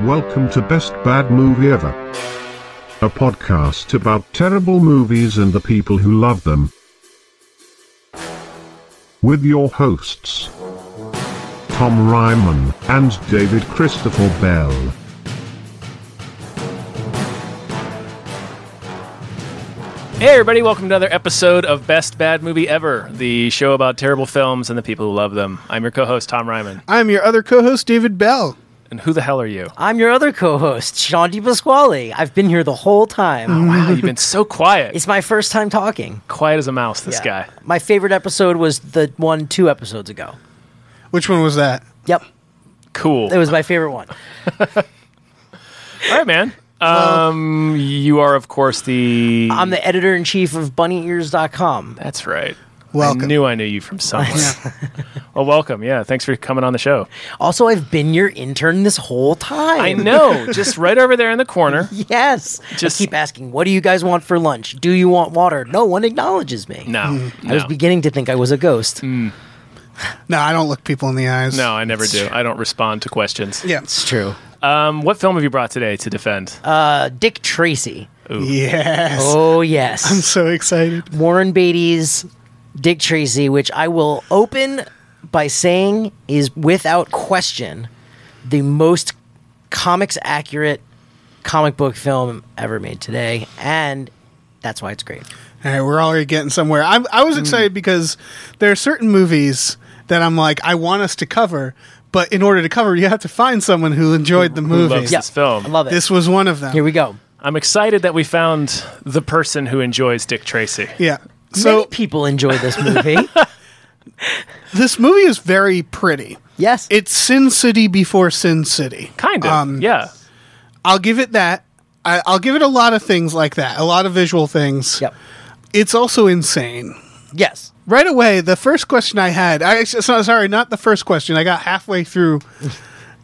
Welcome to Best Bad Movie Ever, a podcast about terrible movies and the people who love them. With your hosts, Tom Ryman and David Christopher Bell. Hey, everybody, welcome to another episode of Best Bad Movie Ever, the show about terrible films and the people who love them. I'm your co host, Tom Ryman. I'm your other co-host, David Bell. And who the hell are you? I'm your other co-host, Sean DiPasquale. I've been here the whole time. Wow, you've been so quiet. It's my first time talking. quiet as a mouse, this Yeah. guy. My favorite episode was the one two episodes ago. Which one was that? Yep, Cool. it was my favorite one. All right, man. Um, you are, of course, the. I'm the editor in chief of BunnyEars.com. That's right. I Welcome. knew I knew you from somewhere. well, welcome. Yeah, thanks for coming on the show. Also, I've been your intern this whole time. I know, just right over there in the corner. Yes. Just- Just keep asking, what do you guys want for lunch? Do you want water? No one acknowledges me. No, I was no. Mm. beginning to think I was a ghost. No, I don't look people in the eyes. No, I never do. I don't respond to questions. Yeah. It's true. Um, what film have you brought today to defend? Uh, Dick Tracy. Yes. Oh, yes. I'm so excited. Warren Beatty's Dick Tracy, which I will open by saying is without question the most comics accurate comic book film ever made today. And that's why it's great. All right, we're already getting somewhere. I'm, I Mm. was excited because there are certain movies that I'm like, I want us to cover, but in order to cover, you have to find someone who enjoyed the movie. loves This film. I love it. This was one of them. Here we go. I'm excited that we found the person who enjoys Dick Tracy. yeah. Many So people enjoy this movie. this movie is very pretty. yes. It's Sin City before Sin City. Kind of. Um, yeah. I'll give it that. I, I'll give it a lot of things like that, a lot of visual things. Yep. It's also insane. Yes. right away the first question i had i actually so- sorry not the first question i got halfway through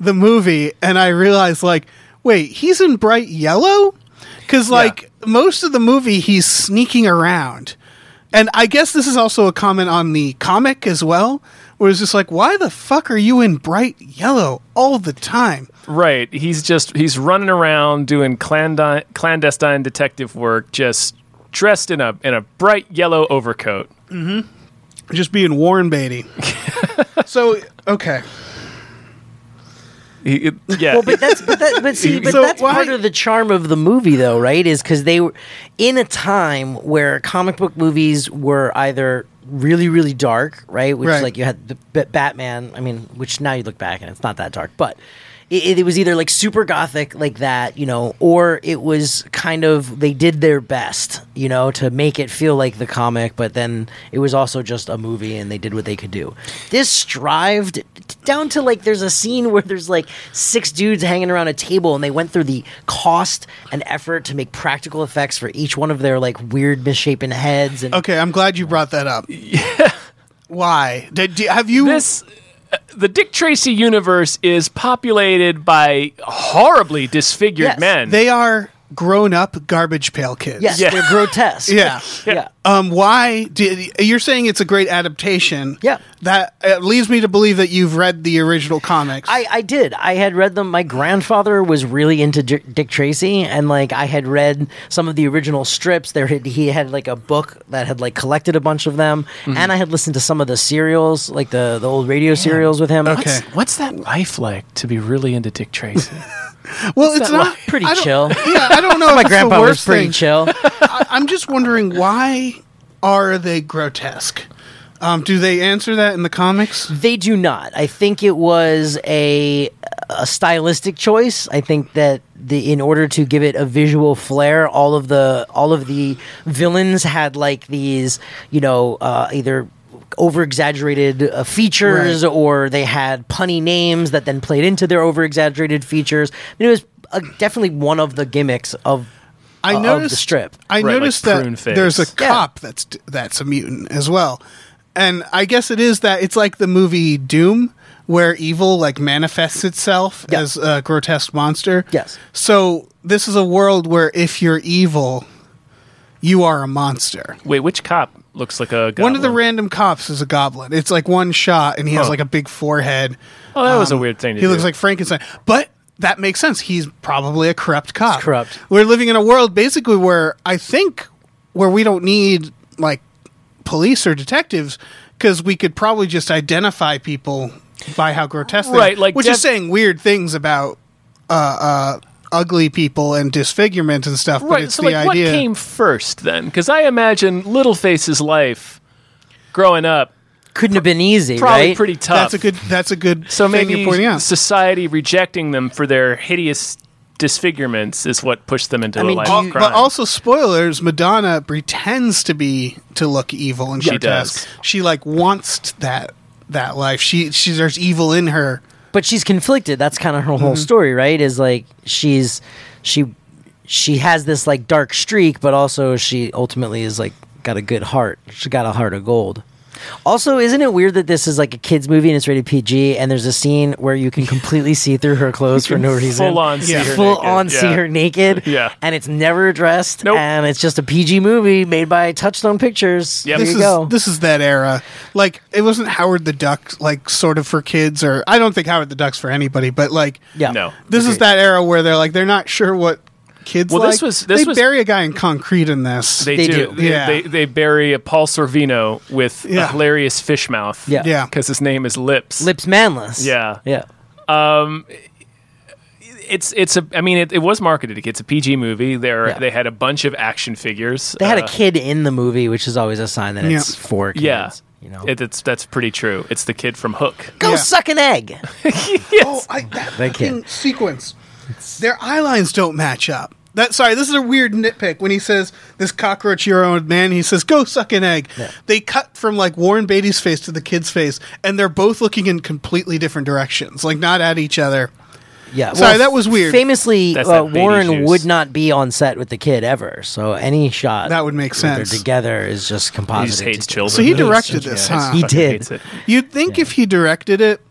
the movie and i realized like wait he's in bright yellow because like most of the movie he's sneaking around and i guess this is also a comment on the comic as well where it's just like why the fuck are you in bright yellow all the time Right. He's just he's running around doing clandestine, clandestine detective work, just dressed in a in a bright yellow overcoat. just being warren beatty so okay He, it- yeah. Well, but that's but, that, but see, but So that's why- part of the charm of the movie, though, right? Is because they were in a time where comic book movies were either really, really dark, right? Which Right. like you had the B- Batman. I mean, which now you look back and it's not that dark, but. It, it was either like super gothic like that, you know, or it was kind of they did their best, you know, to make it feel like the comic, but then it was also just a movie and they did what they could do. This strived t- down to like there's a scene where there's like six dudes hanging around a table and they went through the cost and effort to make practical effects for each one of their like weird misshapen heads and okay i'm glad you brought that up yeah why Did, do- have you this the Dick Tracy universe is populated by horribly disfigured Yes. men. They are grown up garbage pail kids. yes, Yeah. they're grotesque. Yeah. Yeah. Um, why did you're saying it's a great adaptation? Yeah. That uh, leads me to believe that you've read the original comics. I, I did. I had read them. My grandfather was really into J- Dick Tracy, and like I had read some of the original strips. There, had, he had like a book that had like collected a bunch of them, Mm-hmm. and I had listened to some of the serials, like the the old radio serials with him. Okay. What's that life like to be really into Dick Tracy? well, it's It's not pretty I don't- chill. Yeah, I don't know. if My it's grandpa the was worst pretty thing. chill. I, I'm just wondering why are they grotesque? Um, do they answer that in the comics? They do not. I think it was a a stylistic choice. I think that the in order to give it a visual flair, all of the all of the villains had like these, you know, uh, either over exaggerated uh, features Right. or they had punny names that then played into their over exaggerated features. I mean, it was uh, definitely one of the gimmicks of I of the noticed strip. I Right, noticed like prune that face. there's a Yeah. cop that's that's a mutant as well, and I guess it is that it's like the movie Doom, where evil like manifests itself Yeah. as a grotesque monster. Yes. So this is a world where if you're evil, you are a monster. Wait, which cop looks like a One of the goblin? random cops is a goblin. It's like one shot, and he has Huh. like a big forehead. Oh, that was a weird thing to um, He do. looks like Frankenstein, but that makes sense. He's probably a corrupt cop. corrupt. We're living in a world basically where I think where we don't need like police or detectives because we could probably just identify people by how grotesque they Right, are, like which is Dev- saying weird things about uh, uh, ugly people and disfigurement and stuff. but Right. it's So, the like, idea. what came first then? Because I imagine Littleface's life growing up Couldn't have been easy, probably right? pretty tough. that's a good. That's a good. So thing you're pointing maybe out. society rejecting them for their hideous disfigurements is what pushed them into I mean, a life Al- of crime. but also spoilers madonna pretends to be to look evil and She grotesque. does. she like wants that that life she she there's evil in her but she's conflicted. That's kind of her Mm-hmm. whole story, right? Is like she's she she has this like dark streak, but also she ultimately is like got a good heart. She got a heart of gold. Also, isn't it weird that this is like a kids movie and it's rated PG, and there's a scene where you can completely see through her clothes for no reason, full on see Yeah. her full naked. on see Yeah. her naked, Yeah. and it's never addressed, Nope. and it's just a PG movie made by Touchstone Pictures. Yep. There this you is go. this is that era like it wasn't howard the duck like sort of for kids or i don't think howard the duck's for anybody but like yeah, No. this is that era where they're like they're not sure what kids Well, like. this was- this they was- bury a guy in concrete in this They, They do. do. They, Yeah. they, they bury a Paul Sorvino with a Yeah. hilarious fish mouth. Yeah. yeah Because his name is Lips. lips manless. Yeah. yeah. It's it's a. I mean, it, it was marketed to kids. It's a PG movie. There Yeah. they had a bunch of action figures. They had Uh, a kid in the movie, which is always a sign that Yeah. it's for kids. Yeah. You know, It, it's that's pretty true. It's the kid from Hook. go Yeah. suck an egg. Oh, I, that They fucking sequence. Their eye lines don't match up. That sorry, this is a weird nitpick. When he says this cockroach your own man, he says go suck an egg. They cut from like Warren Beatty's face to the kid's face, and they're both looking in completely different directions, like not at each other. Yeah, Sorry, that was weird. Famously, That's uh, that baby Warren juice. would not be on set with the kid ever. So any shot That would make where they're sense. together is just composited. He just hates to- children. So he directed this, Yeah, huh? He fucking did. hates it. You'd think if he directed it,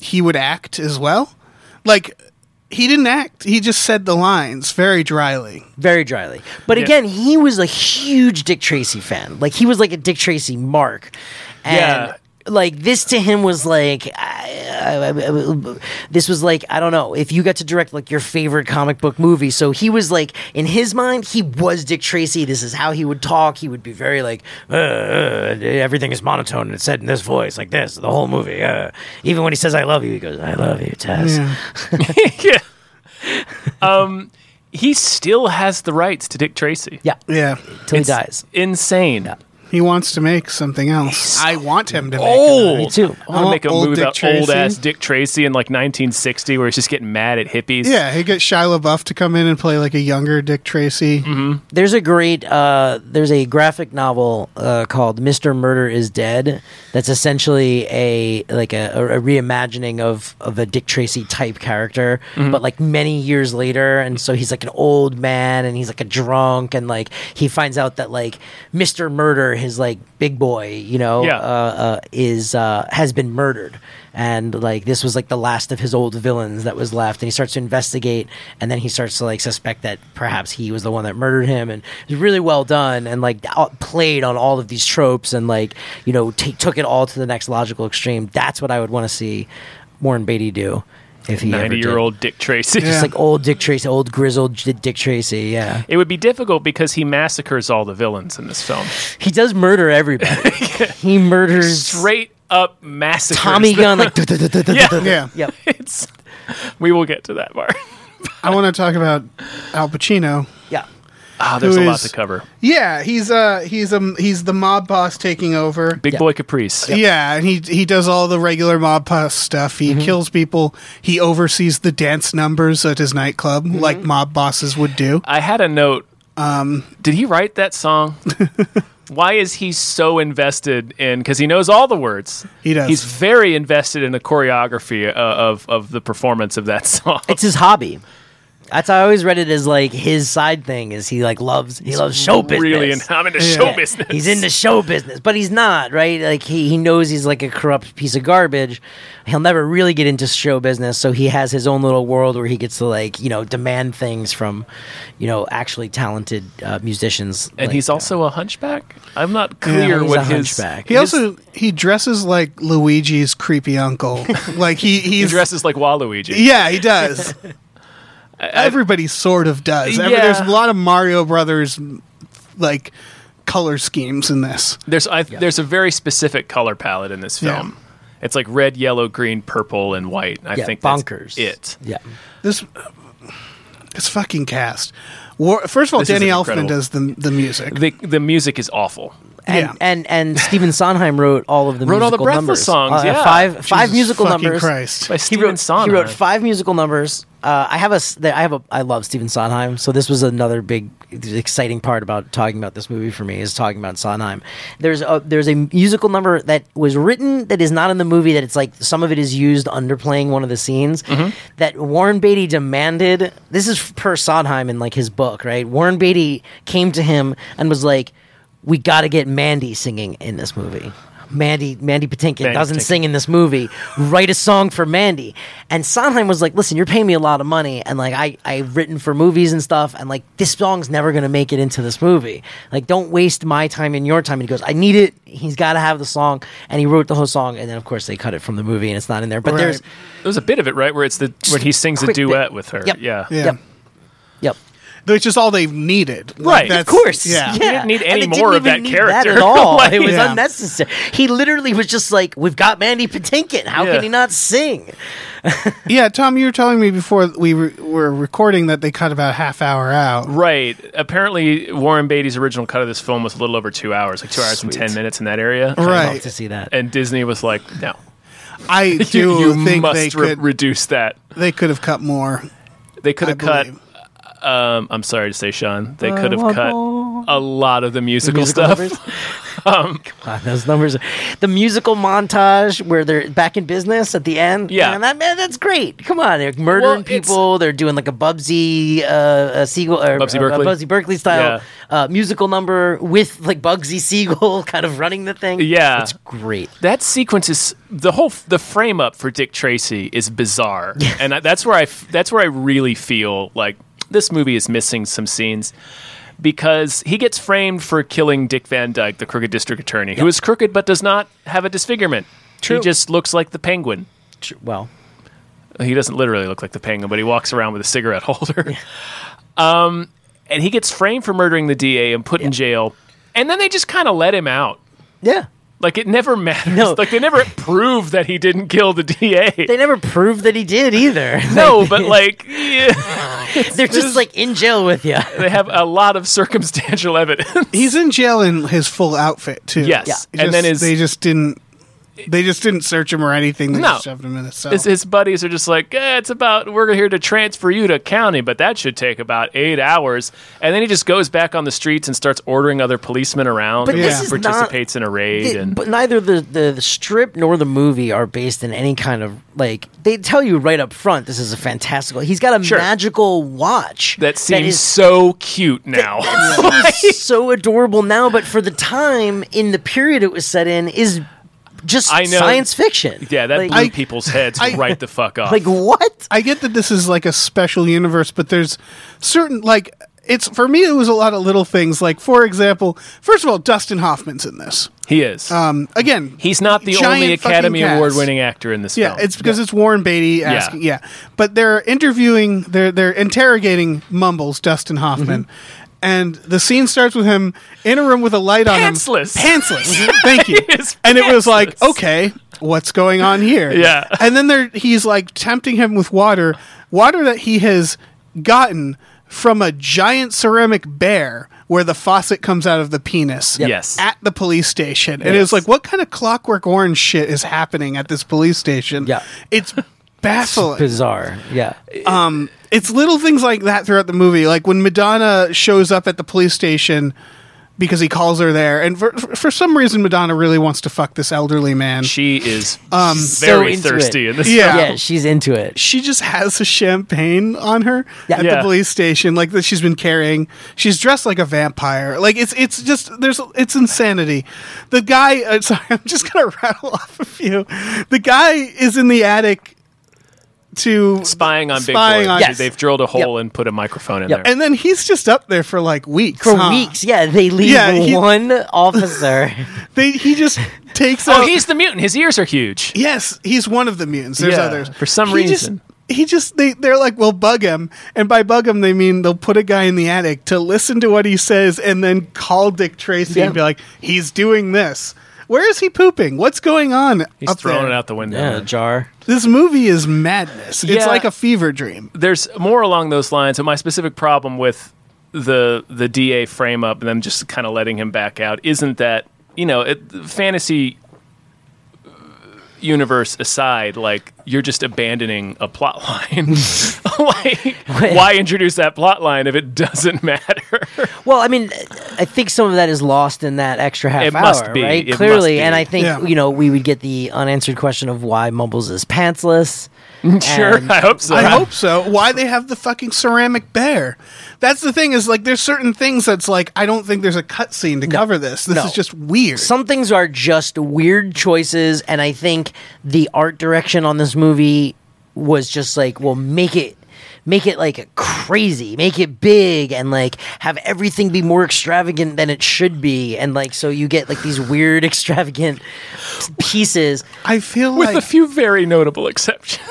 he would act as well. Like he didn't act; he just said the lines very dryly. very dryly. But Yeah. again, he was a huge Dick Tracy fan. Like he was like a Dick Tracy mark. And Yeah. Like this to him was like, I, I- I- this was like I don't know if you got to direct like your favorite comic book movie. So he was like in his mind he was Dick Tracy. This is how he would talk. He would be very like uh, uh, everything is monotone and it's said in this voice like this the whole movie. Uh. Even when he says I love you, he goes I love you, Tess. yeah. Um, he still has the rights to Dick Tracy. Yeah, Yeah, till he It's dies. Insane. he wants to make something else. I want him to make. Old. Me too. I want to Oh, make a old movie Dick about Tracy. old ass Dick Tracy in like 1960, where he's just getting mad at hippies. Yeah, he gets Shia LaBeouf to come in and play like a younger Dick Tracy. Mm-hmm. There's a great uh, there's a graphic novel uh, called Mr. Murder is Dead that's essentially a like a, a reimagining of of a Dick Tracy type character but like many years later and so he's like an old man and he's like a drunk and like he finds out that like Mr. Murder his like big boy you know Yeah. uh, uh, is uh, has been murdered, and like this was like the last of his old villains that was left, and he starts to investigate, and then he starts to like suspect that perhaps he was the one that murdered him, and it's really well done, and like out- played on all of these tropes, and like you know t- took it all to the next logical extreme. That's what I would want to see Warren Beatty do if he ever did. 90 year old Dick Tracy. Yeah. Just like old Dick Tracy, old grizzled J- Dick Tracy, yeah. It would be difficult because he massacres all the villains in this film. He does murder everybody. he murders Straight up massacres. Tommy them. Gunn, like, duh, duh, duh, duh, duh, Yeah. duh, duh. Yeah. Yep. It's, we will get to that part. I want to talk about Al Pacino. Yeah. Ah, there's Who a lot is- to cover. Yeah, he's uh he's um he's the mob boss taking over. Big Boy Caprice. Yeah, and he he does all the regular mob boss stuff. He Mm-hmm. kills people. He oversees the dance numbers at his nightclub, Mm-hmm. like mob bosses would do. I had a note. Um, Did he write that song? Why is he so invested in? Because he knows all the words. He does. He's very invested in the choreography uh, of of the performance of that song. It's his hobby. That's how I always read it as like his side thing is he like loves he loves show business. really, in, I'm into Yeah. show business. He's into show business, but he's not right. Like he, he knows he's like a corrupt piece of garbage. He'll never really get into show business, so he has his own little world where he gets to like you know demand things from you know actually talented uh, musicians. and like, he's also a hunchback. I'm not clear he's what a his hunchback. He also he dresses like Luigi's creepy uncle. like he He he's dresses like Waluigi. Yeah, he does. Everybody sort of does. Every- Yeah. There's a lot of Mario Brothers like color schemes in this. There's I, there's a very specific color palette in this Yeah. film. It's like red, yellow, green, purple, and white. I yeah, think that's bonkers. it. Yeah. This this fucking cast. War, first of all, This is Danny Elfman incredible. does the the music. The the music is awful. And, Yeah. and and Stephen Sondheim wrote all of the Wrote musical all the Breathless numbers. Uh, songs, yeah. Five five Jesus musical fucking numbers. Christ. By He Stephen wrote, he Sondheim. wrote five musical numbers. Uh, I have a s- I have a I love Stephen Sondheim, so this was another big exciting part about talking about this movie for me is talking about Sondheim. There's a there's a musical number that was written that is not in the movie that it's like some of it is used underplaying one of the scenes Mm-hmm. that Warren Beatty demanded. This is per Sondheim in like his book, right? Warren Beatty came to him and was like, "We got to get Mandy singing in this movie." Mandy Mandy Patinkin Mandy doesn't Patinkin. sing in this movie. Write a song for Mandy. And Sondheim was like, listen, you're paying me a lot of money, and like I I've written for movies and stuff, and like this song's never gonna make it into this movie. Like, don't waste my time and your time. And he goes, I need it. He's got to have the song, and he wrote the whole song, and then of course they cut it from the movie, and it's not in there. But Right. there's There's a bit of it right where it's the when he sings a quick bit. duet with her. Yep. Yeah. Yeah. yep, yep. Which is all they needed. Like, Right, of Of course, Yeah. He didn't need And any they more of that even need character. at all. Like- it was Yeah. unnecessary. He literally was just like, "We've got Mandy Patinkin. How Yeah. can he not sing?" Yeah, Tom, you were telling me before we re- were recording that they cut about a half hour out. Right. Apparently, Warren Beatty's original cut of this film was a little over two hours, like two hours and Sweet. ten minutes in that area. I'd Right. love to see that. And Disney was like, "No, I do you, you think must they re- could reduce that." they could have cut more. They could I have cut. believe. Um, I'm sorry to say, Sean. They could have cut a lot of the musical, stuff. Um, numbers. God, those numbers. are- The musical montage where they're back in business at the end. Yeah. man, that man, that's great. Come on, they're murdering Well, it's- people. They're doing like a Bubsy, uh, a Siegel, or, Bubsy uh, Berkeley? a Bubsy Berkeley style uh, musical number with like Bugsy Siegel kind of running the thing. Yeah. it's great. That sequence is the whole f- the frame up for Dick Tracy is bizarre, and I, that's where I f- that's where I really feel like this movie is missing some scenes because he gets framed for killing Dick Van Dyke, the crooked district attorney, who is crooked but does not have a disfigurement. He just looks like the penguin. Tr- Well, He doesn't literally look like the penguin, but he walks around with a cigarette holder. Um, and he gets framed for murdering the DA and put in jail, and then they just kind of let him out. yeah. Like it never matters. No. Like they never prove that he didn't kill the DA. They never proved that he did either. no, but like yeah, They're just like in jail with you. they have a lot of circumstantial evidence. He's in jail in his full outfit too. Yes. Yeah. He And then his- just- they just didn't they just didn't search him or anything. They No. just shoved him in a cell. His, his buddies are just like, eh, it's about we're here to transfer you to county, but that should take about eight hours. And then he just goes back on the streets and starts ordering other policemen around. But and this is not- participates in a raid. Th- and but neither the, the, the strip nor the movie are based in any kind of like they tell you right up front this is a fantastical he's got a Sure. magical watch that seems is so cute now. so adorable now but for the time in the period it was set in is just I know. science fiction yeah, that like, blew I- people's heads I- right the fuck off. like what I get that this is like a special universe, but there's certain like it's for me it was a lot of little things. Like for example, first of all, Dustin Hoffman's in this. he is. uh, Um again He's not the giant only fucking Academy cast. Award winning actor in this Yeah, film. it's because it's Warren Beatty asking. Yeah. but they're interviewing, they're they're interrogating Mumbles Dustin Hoffman, Mm-hmm. and the scene starts with him in a room with a light Pantsless. on him, pantsless. Thank you. is And it was like, pantsless. okay, what's going on here? Yeah. and then there he's like tempting him with water, water that he has gotten from a giant ceramic bear. Where the faucet comes out of the penis, Yes. at the police station, and Yes. it's like, what kind of Clockwork Orange shit is happening at this police station? Yeah. It's baffling. bizarre yeah Um, it's little things like that throughout the movie. Like when Madonna shows up at the police station because he calls her there. And for, for some reason, Madonna really wants to fuck this elderly man. She, she is Um, So very into thirsty it. in this Yeah. yeah she's into it just has a champagne on her Yeah. at Yeah. the police station, like that she's been carrying. She's dressed like a vampire. Like it's it's just there's it's insanity. The guy, uh, sorry, I'm just gonna rattle off a few. The guy is in the attic to spying on Spying Big Boy. on- Yes. They've drilled a hole Yep. and put a microphone in Yep. there. And then he's just up there for like weeks. for huh? weeks yeah they leave Yeah, he- one officer They, he just takes oh, out. he's the mutant. His ears are huge. yes, he's one of the mutants. There's Yeah, others. for some He just- reason. he just they they're like, well, bug him, and by bug him they mean they'll put a guy in the attic to listen to what he says, and then call Dick Tracy Yeah. and be like, he's doing this. Where is he pooping? What's going on? He's up throwing there? it out the window. Yeah, jar. This movie is madness. It's Yeah. like a fever dream. there's more along those lines. And my specific problem with the the DA frame up and them just kind of letting him back out isn't that you know it, fantasy uh, universe aside, like you're just abandoning a plot line. like why introduce that plot line if it doesn't matter? Well, I mean, I think some of that is lost in that extra half It hour, must be. right? It must Clearly, be. and I think Yeah. you know we would get the unanswered question of why Mumbles is pantsless. sure, And- I hope so. I hope so. Why they have the fucking ceramic bear? That's the thing is like there's certain things that's like I don't think there's a cutscene to cover this. This No. is just weird. Some things are just weird choices, and I think the art direction on this movie was just like, well, make it. Make it like crazy, make it big, and like have everything be more extravagant than it should be, and like so you get like these weird extravagant pieces. I feel with like a few very notable exceptions.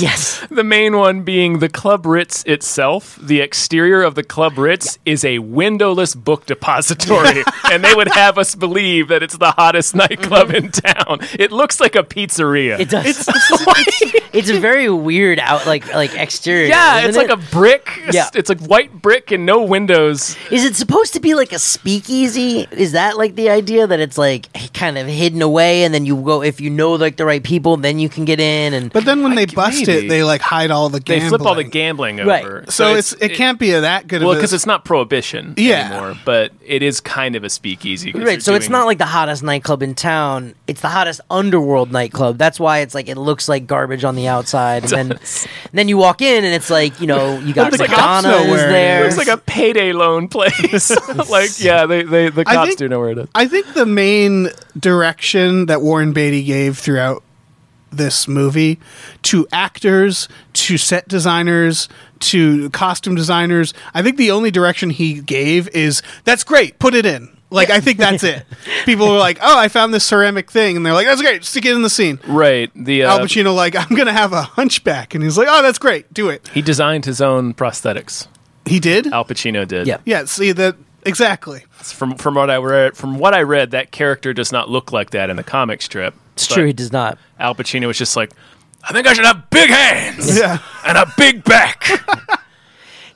Yes, The main one being the Club Ritz itself. The exterior of the Club Ritz is a windowless book depository, and they would have us believe that it's the hottest nightclub in town. It looks like a pizzeria. Mm-hmm. It does. It's, a very weird out like like exterior. yeah, isn't it's like it? a brick. Yeah. It's like white brick and no windows. Is it supposed to be like a speakeasy? Is that like the idea that it's like kind of hidden away, and then you go if you know like the right people, then you can get in and. But then when they bust maybe. it, they like hide all the They gambling. flip all the gambling over. Right. So, it's, it, can't be that good. Well, of a, because it's not prohibition Yeah. anymore, but it is kind of a speakeasy. 'cause you're Right, so it's doing- not like the hottest nightclub in town. It's the hottest underworld nightclub. That's why it's like it looks like garbage on the outside, and then, and then you walk in and it's like you know you got Looks like Madonna Oxnard is where it there. It's like a payday loan place. like, yeah, they, they the I cops think- do know where it is. I think the main direction that Warren Beatty gave throughout this movie to actors, to set designers, to costume designers, I think the only direction he gave is that's great, put it in. Like I think that's it. People were like, "Oh, I found this ceramic thing," and they're like, "That's great, stick it in the scene." Right. The Al uh, Pacino like, "I'm gonna have a hunchback," and he's like, "Oh, that's great, do it." He designed his own prosthetics. He did. Al Pacino did. Yeah. yeah, see that exactly. From from what I read, from what I read, that character does not look like that in the comic strip. it's But true, he does not. Al Pacino was just like, I think I should have big hands Yeah. and a big back.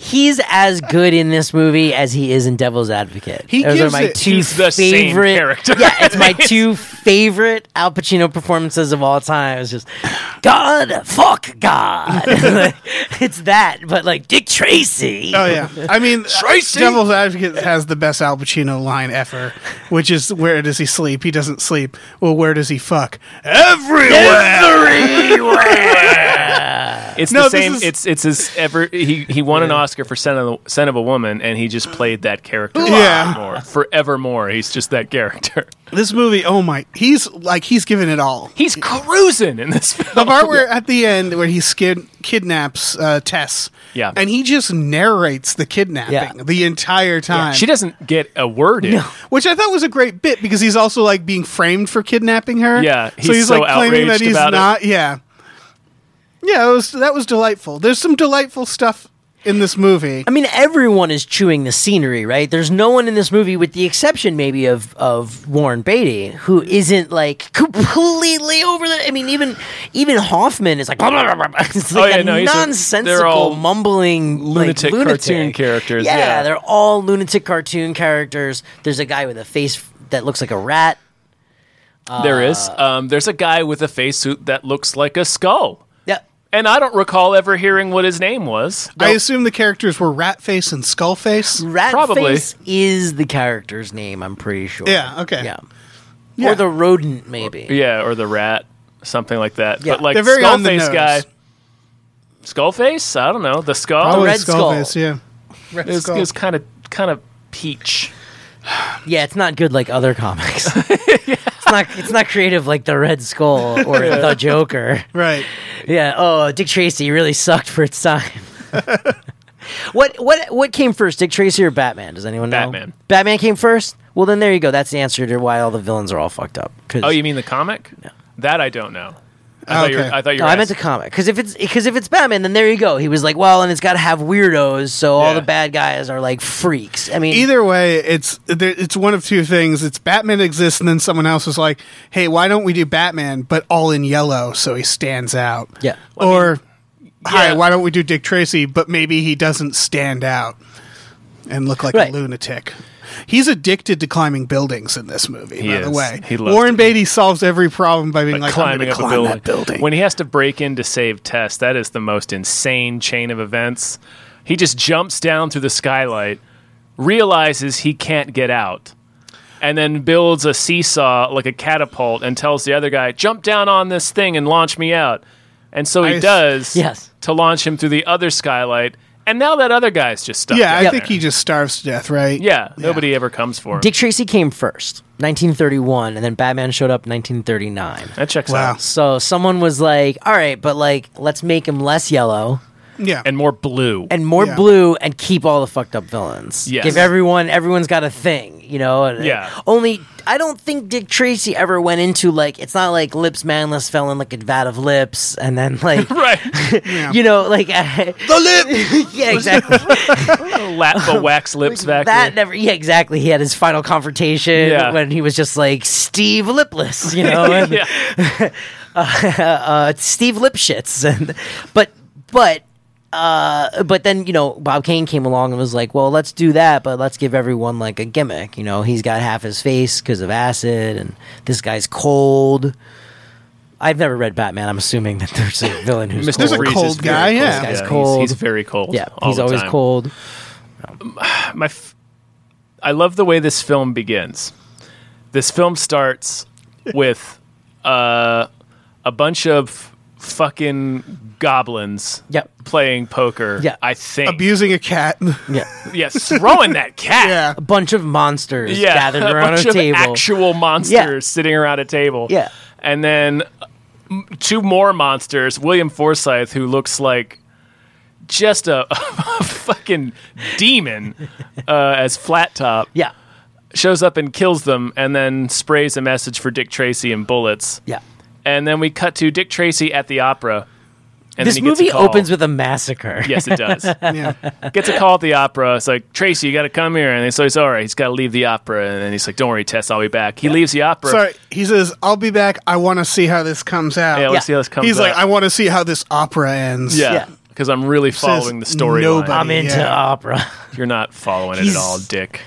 He's as good in this movie as he is in Devil's Advocate. He Those are gives my it- two He's the same favorite character. Yeah, it's my two favorite Al Pacino performances of all time. It's just God, fuck God. Like, it's that, but like Dick Tracy. Oh yeah, I mean, Devil's Advocate has the best Al Pacino line ever, which is "Where does he sleep? He doesn't sleep. Well, where does he fuck? Everywhere." It's No, the this same. is- It's it's his ever. He he won an Oscar for Son of, the, Son of a Woman, and he just played that character. Yeah. more, forevermore. He's just that character. This movie, oh my, he's like he's given it all. He's cruising in this The film. part where at the end where he skid, kidnaps uh, Tess, Yeah. and he just narrates the kidnapping Yeah. the entire time. She doesn't get a word in. which I thought was a great bit because he's also like being framed for kidnapping her. Yeah, so he's he's so like claiming that outraged he's about it. not. Yeah, yeah, it was, that was delightful. There's some delightful stuff in this movie. I mean, everyone is chewing the scenery, right? There's no one in this movie, with the exception maybe of of Warren Beatty, who isn't like completely over the. I mean, even even Hoffman is like, blah, blah, blah, blah, blah. it's like Oh, yeah, a no, he's a- they're nonsensical, all mumbling like, lunatic cartoon characters, Yeah, yeah. they're all lunatic cartoon characters. There's a guy with a face that looks like a rat. There is. Um, there's a guy with a face suit that looks like a skull. Yeah, And I don't recall ever hearing what his name was. I assume the characters were Ratface and Skullface. rat Probably. face is the character's name. I'm pretty sure. Yeah, okay. Yeah. Yeah. Or the rodent, maybe. Yeah, or the rat, something like that. Yeah. But like They're very on the Skullface nose. guy. Skullface? I don't know. The skull Probably Red Skull. Skullface, yeah. Red is, Skull. is kind of kind of peach. Yeah, it's not good like other comics. It's not. It's not creative like the Red Skull or the Joker. Right. Yeah. Oh, Dick Tracy really sucked for its time. what what what came first, Dick Tracy or Batman? Does anyone know? Batman. Batman came first. Well, then there you go. That's the answer to why all the villains are all fucked up. 'Cause- Oh, you mean the comic? That I don't know. I thought you were, Okay. I thought you No, were I meant the asking- comic because if it's because if it's Batman, then there you go. He was like, well, and it's got to have weirdos, so all Yeah. the bad guys are like freaks. I mean, Either way, it's there, it's one of two things. It's Batman exists, and then someone else was like, "Hey, why don't we do Batman, but all in yellow, so he stands out?" Yeah. or, yeah. "Hi, why don't we do Dick Tracy, but maybe he doesn't stand out and look like Right. a lunatic." He's addicted to climbing buildings in this movie. He by the is. way, He loves Warren to- Beatty solves every problem by being like, "I'm climbing going to up climb a building. that building." When he has to break in to save Tess, that is the most insane chain of events. He just jumps down through the skylight, realizes he can't get out, and then builds a seesaw like a catapult and tells the other guy, "Jump down on this thing and launch me out." And so he I s- does Yes. to launch him through the other skylight, and now that other guy's just stuck. yeah, down I think there. he just starves to death, right? Yeah, nobody ever comes for him. Dick Tracy came first, 1931, and then Batman showed up 1939. that checks Wow. out. So someone was like, all right, but like, let's make him less yellow yeah. And more blue. and more Yeah. blue and keep all the fucked up villains. Yes. Give everyone, everyone's got a thing, you know? and- Yeah. Only, I don't think Dick Tracy ever went into like, it's not like Lips Manless fell in like a vat of lips and then like, right. you know, like, I- the lip. yeah, exactly. Lap the wax lips back. That never, yeah, exactly. He had his final confrontation Yeah. when he was just like Steve Lipless, you know, and, Yeah. uh, Steve Lipschitz, and but but uh, but then you know Bob Kane came along and was like, well, let's do that, but let's give everyone like a gimmick. You know, he's got half his face because of acid, and this guy's cold. I've never read Batman. I'm assuming that there's a villain who's Mr. There's a cold. Freeze is cold very guy, yeah. This guy's he's- cold. He's, very cold. yeah, all he's the always time. cold. My, f- I love the way this film begins. This film starts with uh, a bunch of fucking goblins Yep. playing poker. Yeah. I think. Abusing a cat. Yeah, yes, throwing that cat. yeah. a bunch of monsters yeah, gathered a around bunch a of table. actual monsters sitting around a table. Yeah. and then uh, m- two more monsters. William Forsythe, who looks like just a, a fucking demon uh, as Flat Top, yeah, shows up and kills them, and then sprays a message for Dick Tracy and bullets. yeah. and then we cut to Dick Tracy at the opera. And This then he gets a movie call. opens with a massacre. Yes, it does. Yeah. gets a call at the opera. It's like Tracy, you got to come here, and so he's all right. He's got to leave the opera, and then he's like, "Don't worry, Tess, I'll be back." He leaves the opera. Sorry, he says, "I'll be back. I want to see how this comes out." Yeah, let's Yeah. see how this comes. He's like, out. "I want to see how this opera ends." yeah, Yeah. because I'm really Says following the story. nobody. I'm into Yeah. opera. You're not following it at He's- all, Dick.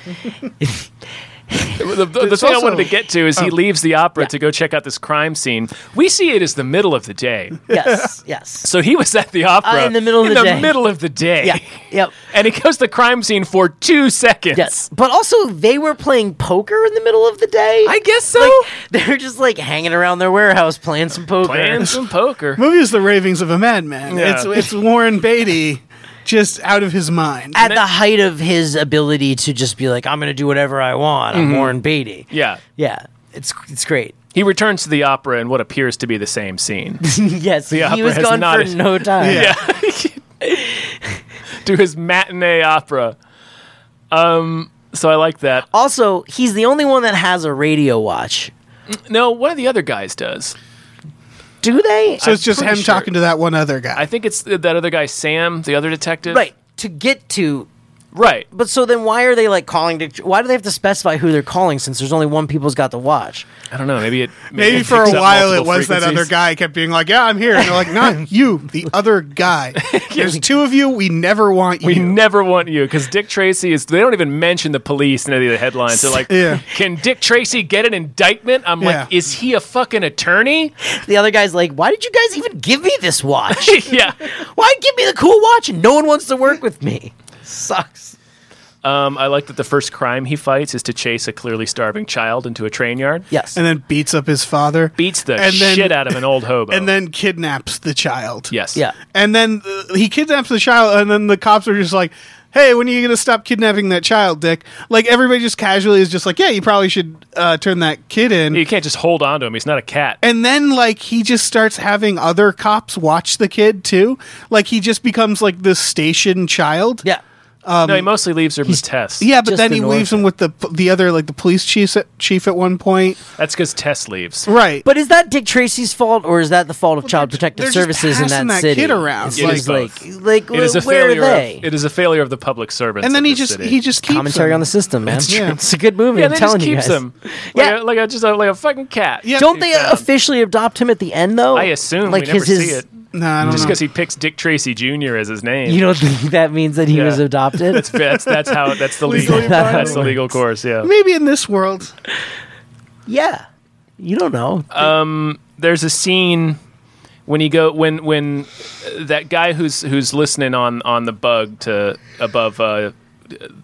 the the- the It's thing I also- wanted to get to is Oh. he leaves the opera to go check out this crime scene. We see it as the middle of the day, Yes, yes. so he was at the opera Uh, in the middle of in the day. middle of the day. Yeah, yep. and he goes to the crime scene for two seconds. Yes, but also they were playing poker in the middle of the day. I guess so. They're just like hanging around their warehouse playing some poker. Playing some poker. Movie is the ravings of a madman. Yeah. It's it's Warren Beatty, just out of his mind. At the height of his ability to just be like, I'm going to do whatever I want. I'm Warren Beatty. Mm-hmm. Yeah. Yeah, it's it's great. He returns to the opera in what appears to be the same scene. yes, he opera was has gone not for a- no time. Yeah. to his matinee opera. Um, so I like that. Also, he's the only one that has a radio watch. No, one of the other guys does. Do they? so it's just pretty him sure- talking to that one other I guy. think it's that other guy, Sam, the other detective. right to get to right. But so then, why are they like calling? Dick, why do they have to specify who they're calling since there's only one people's got the watch? I don't know. Maybe it. Maybe it for a picks up while it multiple was that other frequencies. guy kept being like, "Yeah, I'm here," and they're like, "Not you, the other guy." There's two of you. We never want you. We never want you because Dick Tracy is. They don't even mention the police in any of the headlines. They're like, Yeah. "Can Dick Tracy get an indictment?" I'm like, Yeah. "Is he a fucking attorney?" The other guy's like, "Why did you guys even give me this watch? yeah. why give me the cool watch and no one wants to work with me? Sucks." Um, I like that the first crime he fights is to chase a clearly starving child into a train yard. Yes, and then beats up his father. Beats the And then- shit out of an old hobo. and then kidnaps the child. yes. yeah, And then uh, he kidnaps the child, and then the cops are just like, "Hey, when are you going to stop kidnapping that child, Dick?" Like everybody just casually is just like, "Yeah, you probably should uh, turn that kid in." You can't just hold on to him. He's not a cat. and then like he just starts having other cops watch the kid too. Like he just becomes like this station child. yeah. no, he mostly leaves her with Tess. Um, Yeah, but Just then an he leaves orphan. him with the the other like the police chief at, chief at one point. that's because Tess leaves. Right. But is that Dick Tracy's fault, or is that the fault of Child Protective they're just Services in passing that, that city? kid around. It's It just is like, both. like, It is a where failure. are they? Of, it is a failure of the public servants. and then of he this just city. he just keeps Commentary him. on the system, man. true. It's a good movie. yeah, I'm they telling just you keeps guys. them like, Yeah. a, like a, just a, like a fucking cat. Yeah. Don't they Yeah. officially adopt him at the end though? I assume like we never his, his see it No, I don't just know. because he picks Dick Tracy Jr. as his name. You don't think that means that he Yeah. was adopted? that's, that's that's how that's the legal Legally that's binding. the legal course. Yeah. Maybe in this world, yeah. You don't know. there's a scene when you go when when uh, that guy who's who's listening on on the bug to above uh,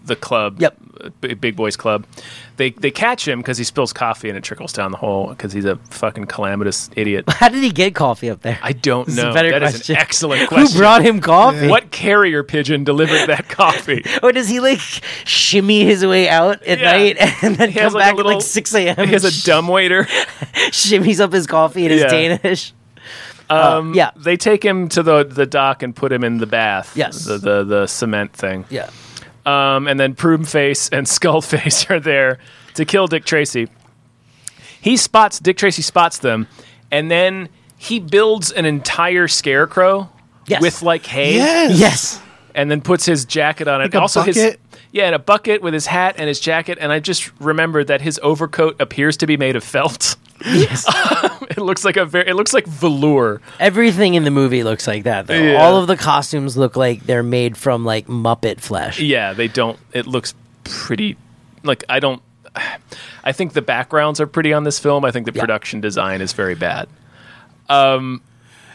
the club Yep. uh, B- big boys club they they catch him because he spills coffee and it trickles down the hole because he's a fucking calamitous idiot How did he get coffee up there? i don't This is a know That better is question. an excellent question Who brought him coffee? what carrier pigeon delivered that coffee Or does he like shimmy his way out at Yeah. night and then He has, come like, a back little- at like six a.m. he has a dumb waiter shimmies up his coffee in his Yeah. Danish? Um, yeah, they take him to the the dock and put him in the bath Yes. the the, the cement thing yeah. um, and then Broomface and Skullface are there to kill Dick Tracy. He spots Dick Tracy spots them, and then he builds an entire scarecrow Yes. with like hay, yes, Yes. and then puts his jacket on it. a also his bucket? yeah, in a bucket with his hat and his jacket. And I just remembered that his overcoat appears to be made of felt. Yes. it looks like a very it looks like velour. Everything in the movie looks like that though. Yeah. All of the costumes look like they're made from like Muppet flesh. Yeah, they don't. It looks pretty. Like I don't. I think the backgrounds are pretty on this film. I think the Yeah. production design is very bad.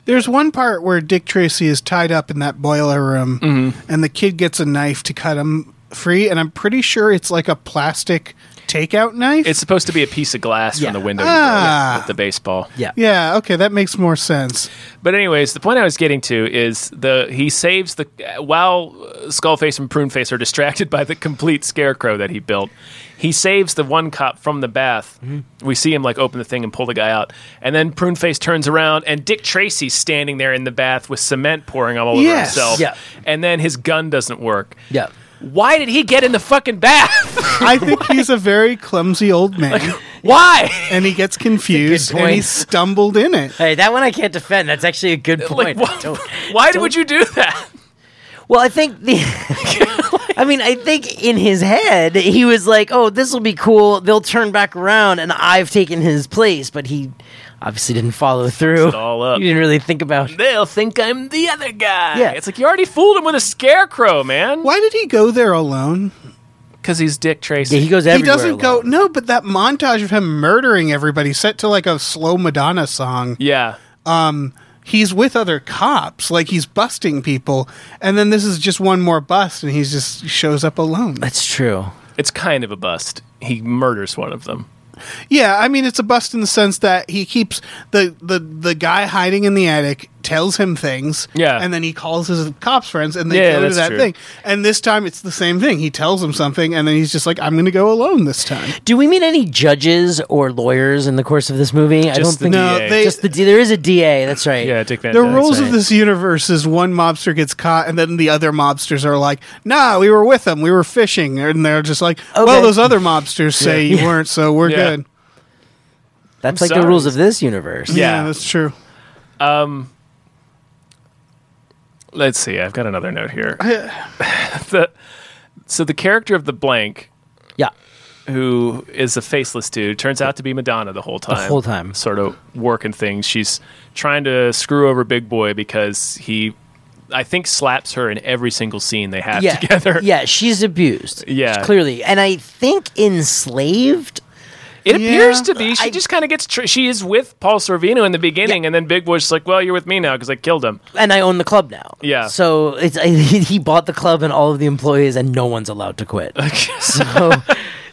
There's one part where Dick Tracy is tied up in that boiler room, Mm-hmm. and the kid gets a knife to cut him free, and I'm pretty sure it's like a plastic takeout knife. It's supposed to be a piece of glass Yeah. from the window Ah. with the baseball. Yeah. yeah, okay, that makes more sense. But anyways, the point I was getting to is the he saves the while Skullface and Pruneface are distracted by the complete scarecrow that he built. He saves the one cop from the bath. We see him like open the thing and pull the guy out, and then Pruneface turns around and Dick Tracy's standing there in the bath with cement pouring all over Yes. himself. Yeah. And then his gun doesn't work. Yeah. Why did he get in the fucking bath? I think he's a very clumsy old man, Why? and he gets confused, and he point. stumbled in it. Hey, that one I can't defend. That's actually a good Like point. wh- Don't- why don't- would you do that? Well, I think the. I mean, I think in his head he was like, "Oh, this will be cool. They'll turn back around, and I've taken his place." But he obviously didn't follow through. it all up. He didn't really think about. They'll think I'm the other guy. Yeah. It's like you already fooled him with a scarecrow, man. Why did he go there alone? Because he's Dick Tracy. Yeah, he goes everywhere. he doesn't go. alone. No, but that montage of him murdering everybody, set to like a slow Madonna song. yeah. He's with other cops, like he's busting people, and then this is just one more bust, and he's just shows up alone. That's true. It's kind of a bust. He murders one of them. Yeah, I mean it's a bust in the sense that he keeps the the the guy hiding in the attic tells him things. Yeah. and then he calls his cops friends, and they Yeah, go to that's that true. thing. And this time it's the same thing. He tells him something, and then he's just like, "I'm going to go alone this time." Do we meet any judges or lawyers in the course of this movie? I don't Just the think. No, DA. they Just the D- there is a DA. That's right. Yeah, Dick Van The Dyke. rules right. of this universe is one mobster gets caught, and then the other mobsters are like, "Nah, we were with them. We were fishing," and they're just like, Okay. "Well, those other mobsters say you weren't, so we're Yeah. good." That's I'm like the sorry. rules of this universe. Yeah. yeah, that's true. Let's see. I've got another note here. the, so the character of the blank, Yeah. who is a faceless dude, turns out to be Madonna the whole time. whole time. Sort of working things. She's trying to screw over Big Boy because he, I think, slaps her in every single scene they have yeah. together. Yeah, she's abused. Yeah. Clearly. And I think enslaved It Yeah. appears to be. She I- just kind of gets. Tr- she is with Paul Sorvino in the beginning, and then Big Boy's just like, "Well, you're with me now because I killed him." and I own the club now. Yeah. So it's I, he bought the club and all of the employees, and no one's allowed to quit. so,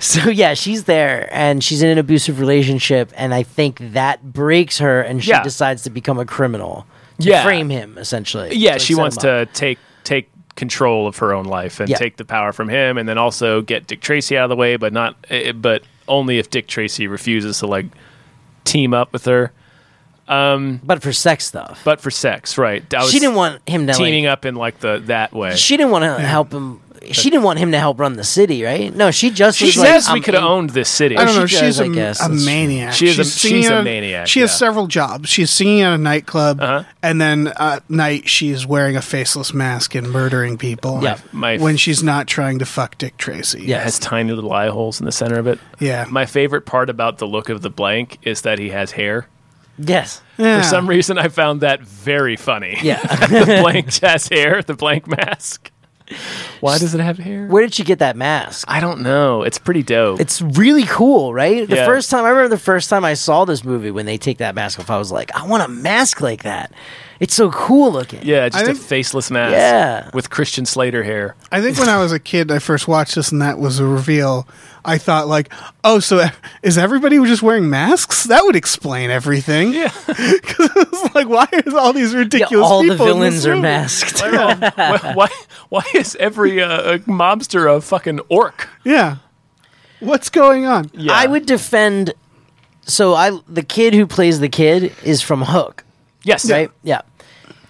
so yeah, she's there, and she's in an abusive relationship, and I think that breaks her, and she Yeah. decides to become a criminal. To Yeah. Frame him essentially. Yeah, to she set wants him up. to take take control of her own life and Yeah. take the power from him, and then also get Dick Tracy out of the way, but not. eh, But only if Dick Tracy refuses to like team up with her. but for sex stuff. But for sex, right? I was she didn't want him to like, teaming up in like the that way. She didn't want to help him she didn't want him to help run the city, right? No, she just She was like, says we I'm could have in- owned this city. I don't know. she She's does, a, I guess. a That's true. maniac. She is a- singing she's a at maniac, She has yeah. several jobs. She's singing at a nightclub, Uh-huh. and then at night she's wearing a faceless mask and murdering people. Yeah. My- when she's not trying to fuck Dick Tracy. It has tiny little eye holes in the center of it. Yeah. My favorite part about the look of the blank is that he has hair. Yes. Yeah. For some reason, I found that very funny. Yeah. the blank has hair, the blank mask. Why does it have hair? Where did she get that mask? I don't know. It's pretty dope. It's really cool, right? The Yeah. first time I remember the first time I saw this movie when they take that mask off, I was like, I want a mask like that. It's so cool looking. yeah, just I a think- faceless mask. Yeah. With Christian Slater hair. I think when I was a kid, I first watched this, and that was a reveal. I thought like, oh, so is everybody just wearing masks? That would explain everything. Yeah, because I was like, why are all these Yeah, ridiculous? all the people in villains this are movie? masked. Um, why, why, why is every uh, mobster a fucking orc? Yeah, what's going on? Yeah. I would defend. So I, the kid who plays the kid is from Hook, Yes. right? Yeah,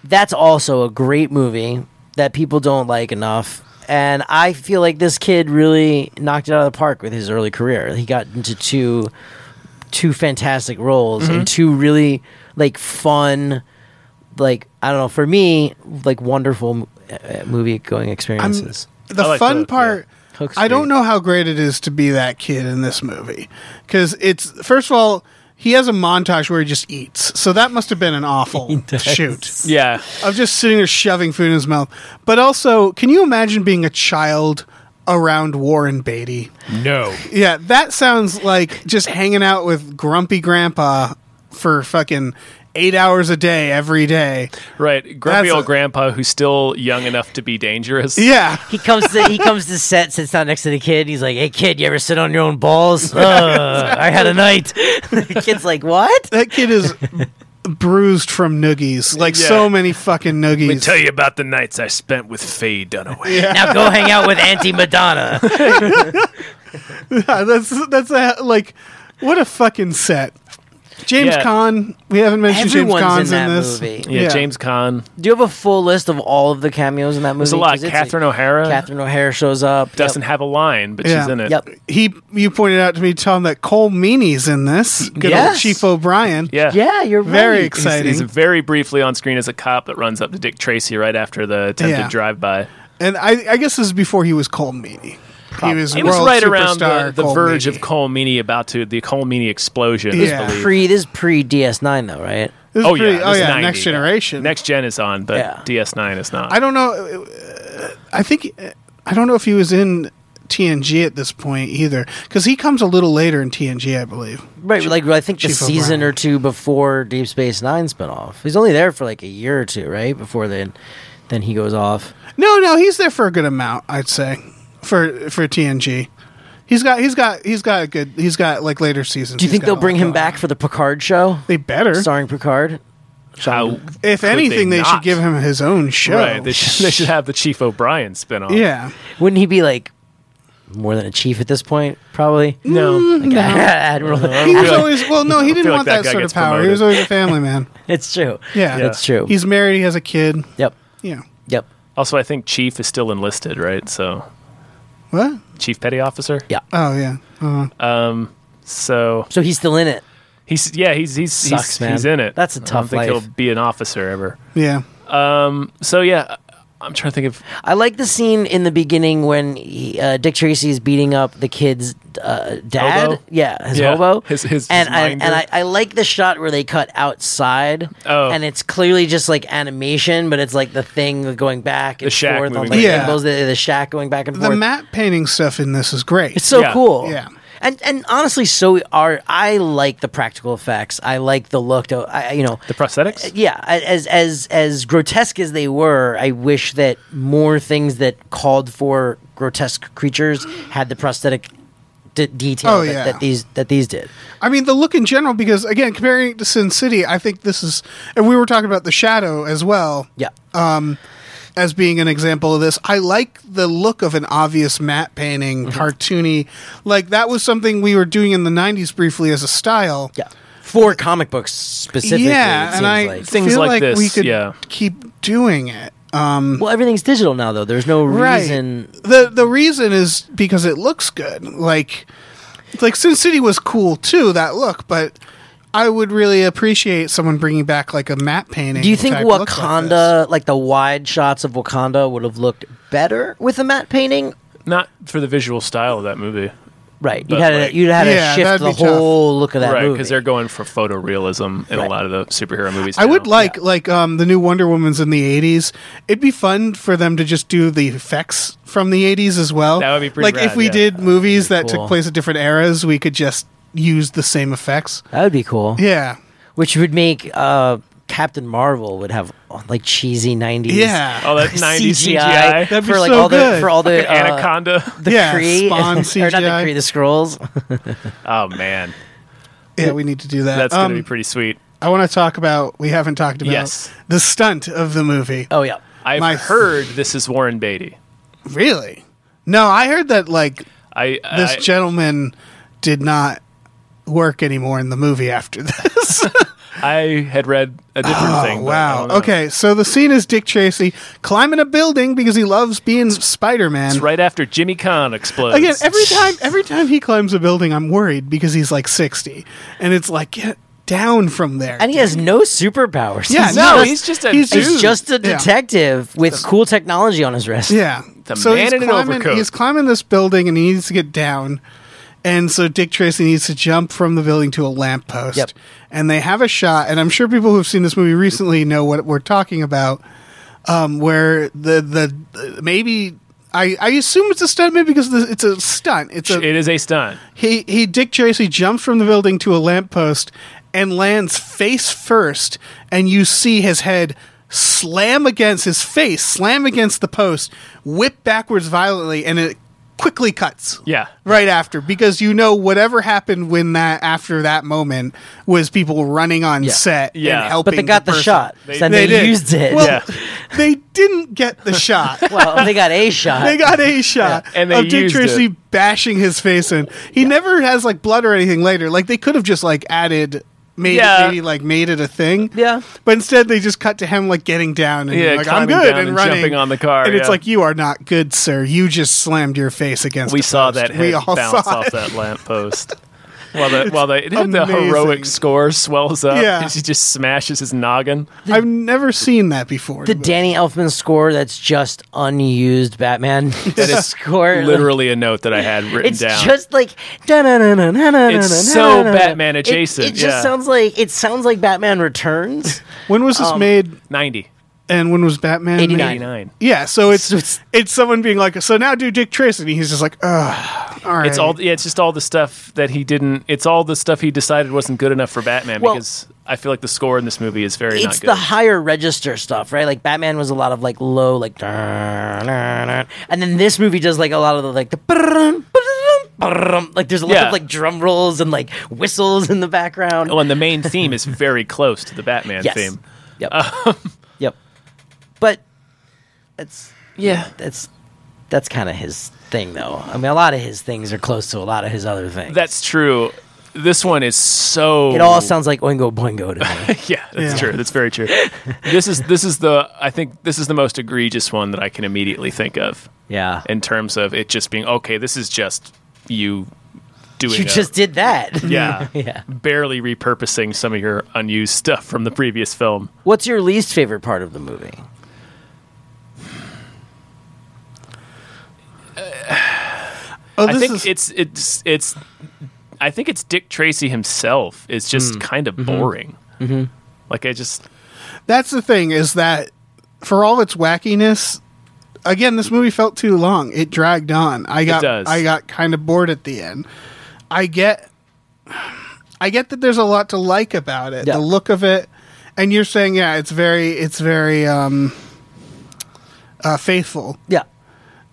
that's also a great movie that people don't like enough. And I feel like this kid really knocked it out of the park with his early career. He got into two, two fantastic roles and two really like fun, like I don't know. For me, like wonderful uh, movie going experiences. The I like fun Hook, yeah. part. Hook's I don't great. know how great it is to be that kid in this movie because it's first of all he has a montage where he just eats, so that must have been an awful shoot. Yeah. of just sitting there shoving food in his mouth. But also, can you imagine being a child around Warren Beatty? No. Yeah, that sounds like just hanging out with grumpy grandpa for fucking eight hours a day every day. Right. Grumpy That's old a- grandpa who's still young enough to be dangerous. Yeah. He comes to he comes to set, sits down next to the kid. He's like, "Hey kid, you ever sit on your own balls? Ugh, I had a night." the kid's like, "What?" That kid is bruised from noogies, like Yeah. so many fucking noogies. you about the nights I spent with Faye Dunaway. Now go hang out with Auntie Madonna. Yeah, that's that's a, like what a fucking set. James Yeah. Caan, we haven't mentioned Everyone's James in Caan's in, that this. movie. Yeah, James Caan, Do you have a full list of all of the cameos in that movie? a lot. 'Cause it's Catherine O'Hara. Catherine O'Hara shows up. doesn't have a line, but she's Yeah. in it. Yep. He, you pointed out to me, Tom, that Cole Meany's in this. Good old Yes. Chief O'Brien. Yeah. Yep. Yeah, you're right. Very He's- exciting. He's, very briefly on screen as a cop that runs up to Dick Tracy right after the attempted Yeah. drive-by. and I, I guess this is before he was Cole Meany. He was, He was world right around the, superstar the Cole verge Meaney. of Cole Meany about to the Cole Meany explosion. is Yeah. believed. Pre this is pre DS9 though, right? This is Oh pretty- yeah, oh this is yeah, 90, Next Generation. Next Gen is on, but Yeah. DS9 is not. I don't know. uh, I think I don't know if he was in TNG at this point either, because he comes a little later in TNG, I believe. Right, like I think the Chief season O'Brien. or two before Deep Space Nine spinoff. He's only there for like a year or two, right? Before then, then he goes off. No, no, he's there for a good amount, I'd say, for for TNG. He's got, he's got, he's got a good. He's got like later seasons. Do you he's think got they'll a bring lot him going on. back for the Picard show? They better. starring Picard. How If could anything, they, should not? give him his own show. Right, they should, they should have the Chief O'Brien spinoff. yeah. Wouldn't he be like more than a chief at this point? Probably. Mm, No, Like, Admiral. He was Really? always well. No, he didn't like want that that, guy sort of gets power. promoted. He was always a family man. It's true. Yeah, That's true. He's married. He has a kid. yep. Yeah. Yep. Also, I think Chief is still enlisted, right? So What? Chief Petty Officer. Yeah. Oh yeah. Uh, So So he's still in it. he's yeah, he's he's Sucks, he's, man. he's in it. That's I a don't tough think life. he'll be an officer ever. yeah. So yeah, I'm trying to think of I like the scene in the beginning when he, uh, Dick Tracy is beating up the kid's uh, dad. Hobo? Yeah, his Yeah, hobo. his- his- his and I, and minder. I, I like the shot where they cut outside. Oh. and it's clearly just like animation, but it's like the thing going back and shack forth on moving the back. Yeah. angles, the, the shack going back and The forth. matte painting stuff in this is great. It's so Yeah. cool. Yeah. And and honestly, so are I like the practical effects. I like the look. though. I I- you know. the prosthetics. yeah, I- as as as grotesque as they were, I wish that more things that called for grotesque creatures had the prosthetic d- detail Oh, that, yeah. that these that these did. I mean, the look in general, because again, comparing it to Sin City, I think this is, and we were talking about the shadow as well. Yeah, Uh, as being an example of this. I like the look of an obvious matte painting, Mm-hmm. cartoony. Like that was something we were doing in the '90s briefly as a style. yeah, for comic books specifically. Yeah, it seems and I like. Things feel like like this, we could yeah. keep doing it. Well, everything's digital now, though. There's no reason. Right. The the reason is because it looks good. Like like Sin City was cool too that look, but I would really appreciate someone bringing back like a matte painting. Do you which think had looked like this. Wakanda, like, the wide shots of Wakanda, would have looked better with a matte painting? Not for the visual style of that movie, Right. You'd But, had like- to, you'd had to Yeah, shift that'd the be tough. whole look of that right? movie. Because they're going for photorealism in Right. a lot of the superhero movies. I would now. like like um, the new Wonder Woman's in the '80s. It'd be fun for them to just do the effects from the '80s as well. That would be pretty Like rad, if we yeah. did movies that cool. took place at different eras, we could just use the same effects. that would be cool. Yeah, Which would make uh, Captain Marvel would have oh, like cheesy '90s. yeah, all Oh, that '90s CGI, CGI, That'd be for like so all the good. for all the uh, Anaconda. the Yeah, Kree, Spawn or not the CGI. Kree, the scrolls. oh man, yeah. We need to do that. that's Um, gonna be pretty sweet. I want to talk about we haven't talked about Yes. the stunt of the movie. Oh yeah, I've my- heard this is Warren Beatty. Really? No, I heard that like I this I, gentleman did not work anymore in the movie after this. I had read a different thing. but I Oh, wow. don't know. Okay, so the scene is Dick Tracy climbing a building because he loves being Spider-Man. It's right after Jimmy Kahn explodes. Again, every time every time he climbs a building, I'm worried because he's like 60 and it's like get down from there. and he has no superpowers. Yeah, he's, no, just- he's just a- he's dude. just a Yeah. detective with cool technology on his wrist. Yeah. The man he's in an climbing, overcoat. He's climbing this building and he needs to get down. And so Dick Tracy needs to jump from the building to a lamppost. Yep. And they have a shot, and I'm sure people who've seen this movie recently know what we're talking about. Um, where the the maybe I, I assume it's a stunt, maybe because the, it's a stunt. It's a it is a stunt. he he Dick Tracy jumps from the building to a lamppost and lands face first and you see his head slam against his face, slam against the post, whip backwards violently and it quickly cuts. Yeah. Right after because you know whatever happened when that after that moment was people running on set Yeah. and But helping but they got the, person. shot, They- and they, They did. used it. Well, Yeah. they didn't get the shot well, they got a shot. they got a shot And they of Dick used Tracy bashing his face in. He never has like blood or anything later. Like they could have just like added made Yeah. maybe like made it a thing. Yeah. But instead they just cut to him like getting down and Yeah, like I'm climbing good down and, and running jumping on the car, And it's yeah. like you are not good, sir. You just slammed your face against We a saw post." that head we all bounce saw off it. that lamppost. While the while the, the amazing. heroic score swells up, Yeah. and he just smashes his noggin. I've never seen that before. the Danny Elfman score that's just unused Batman score. Literally a note that I had written It's down. just like da-na-na-na-na-na-na-na-na-na. It's so Batman adjacent, It, it just yeah. sounds like it sounds like Batman Returns. when was this um, made Ninety. and when was Batman made? 89. 89. Yeah, so it's, So it's- it's someone being like, so now do Dick Tracy, and he's just like, ugh, all right. It's all yeah, it's just all the stuff that he didn't it's all the stuff he decided wasn't good enough for Batman Well- because I feel like the score in this movie is very it's not good. the higher register stuff, right? Like Batman was a lot of like low, like, and then this movie does like a lot of the like the like there's a lot Yeah. of like drum rolls and like whistles in the background. oh, and the main theme is very close to the Batman yes. theme. Um, Yep. yep. But that's Yeah. that's that's kind of his thing, though. I mean, a lot of his things are close to a lot of his other things. That's true. This one is so it all sounds like Oingo Boingo to me. Yeah, that's Yeah. true. That's very true. this is this is the I think this is the most egregious one that I can immediately think of yeah, in terms of it just being okay. This is just you doing you a- just did that. yeah yeah. barely repurposing some of your unused stuff from the previous film. What's your least favorite part of the movie? Oh, I this think is- it's it's it's I think it's Dick Tracy himself is Hmm. just kind Mm-hmm. of boring. Like I just that's the thing is that for all its wackiness again this movie felt too long it dragged on i got does. i got kind of bored at the end i get i get that there's a lot to like about it Yeah. the look of it and you're saying yeah it's very it's very um uh, faithful Yeah,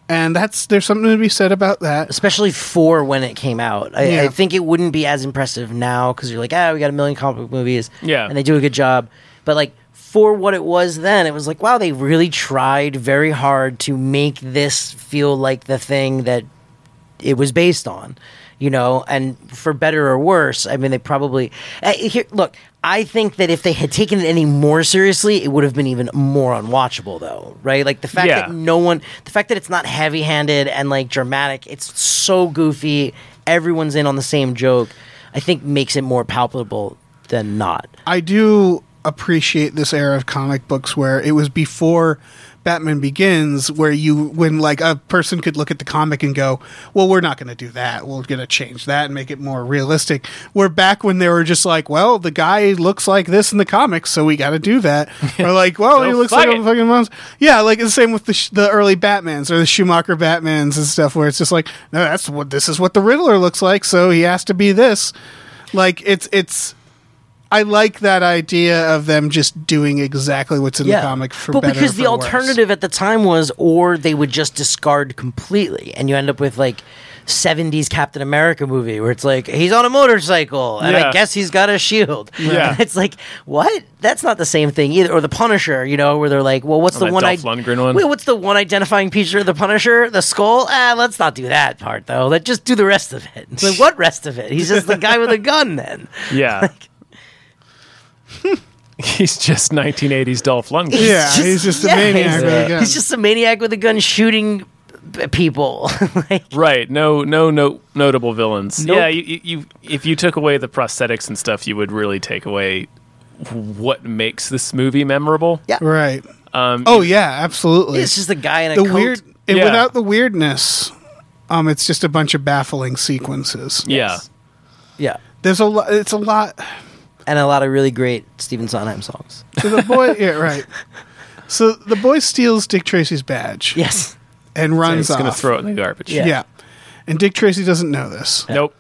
and that's there's something to be said about that especially for when it came out. I, I Yeah. think it wouldn't be as impressive now because you're like, ah, we got a million comic book movies. Yeah. and they do a good job. But like for what it was then, it was like, wow, they really tried very hard to make this feel like the thing that it was based on. You know, and for better or worse, I mean, they probably uh, here. Look, I think that if they had taken it any more seriously, it would have been even more unwatchable, though, right? Like the fact that Yeah. no one, the fact that it's not heavy handed and like dramatic, it's so goofy. Everyone's in on the same joke, I think makes it more palpable than not. I do appreciate this era of comic books where it was before Batman Begins, where you when like a person could look at the comic and go, "Well, we're not going to do that. We're going to change that and make it more realistic." We're back when they were just like, "Well, the guy looks like this in the comics, so we got to do that," or like, "Well, he So looks fuck like a it. fucking monster." Yeah, like the same with the sh- the early Batmans or the Schumacher Batmans and stuff, where it's just like, "No, that's what this is what the Riddler looks like, so he has to be this." Like it's it's I like that idea of them just doing exactly what's in the comic for but better because or the for worse. alternative at the time was, or they would just discard completely, and you end up with like. 70s Captain America movie where it's like he's on a motorcycle and I Yeah. guess he's got a shield. Yeah. it's like what? That's not the same thing either. Or the Punisher, you know, where they're like, well, what's Oh, the that one? Dolph Lundgren one? Wait, what's the one identifying feature of the Punisher? The skull? Ah, let's not do that part though. Let's just do the rest of it. It's like what rest of it? He's just the guy with a gun then. Yeah. He's just 1980s Dolph Lundgren. Yeah, he's just a maniac he's- with a gun. He's just a maniac with a gun shooting p- people. like, Right. No. No. No. Notable villains. Nope. Yeah. You, you, you. If you took away the prosthetics and stuff, you would really take away what makes this movie memorable. Yeah. right? oh yeah, absolutely. it's just a guy in a the coat. weird and Um, Yeah. without the weirdness. Um, it's just a bunch of baffling sequences. Yeah. yeah, There's a lot. It's a lot. and a lot of really great Stephen Sondheim songs. So the boy, yeah, right. So the boy steals Dick Tracy's badge Yes, and He's runs off. going to throw it in the garbage. Yeah. yeah, and Dick Tracy doesn't know this. Nope.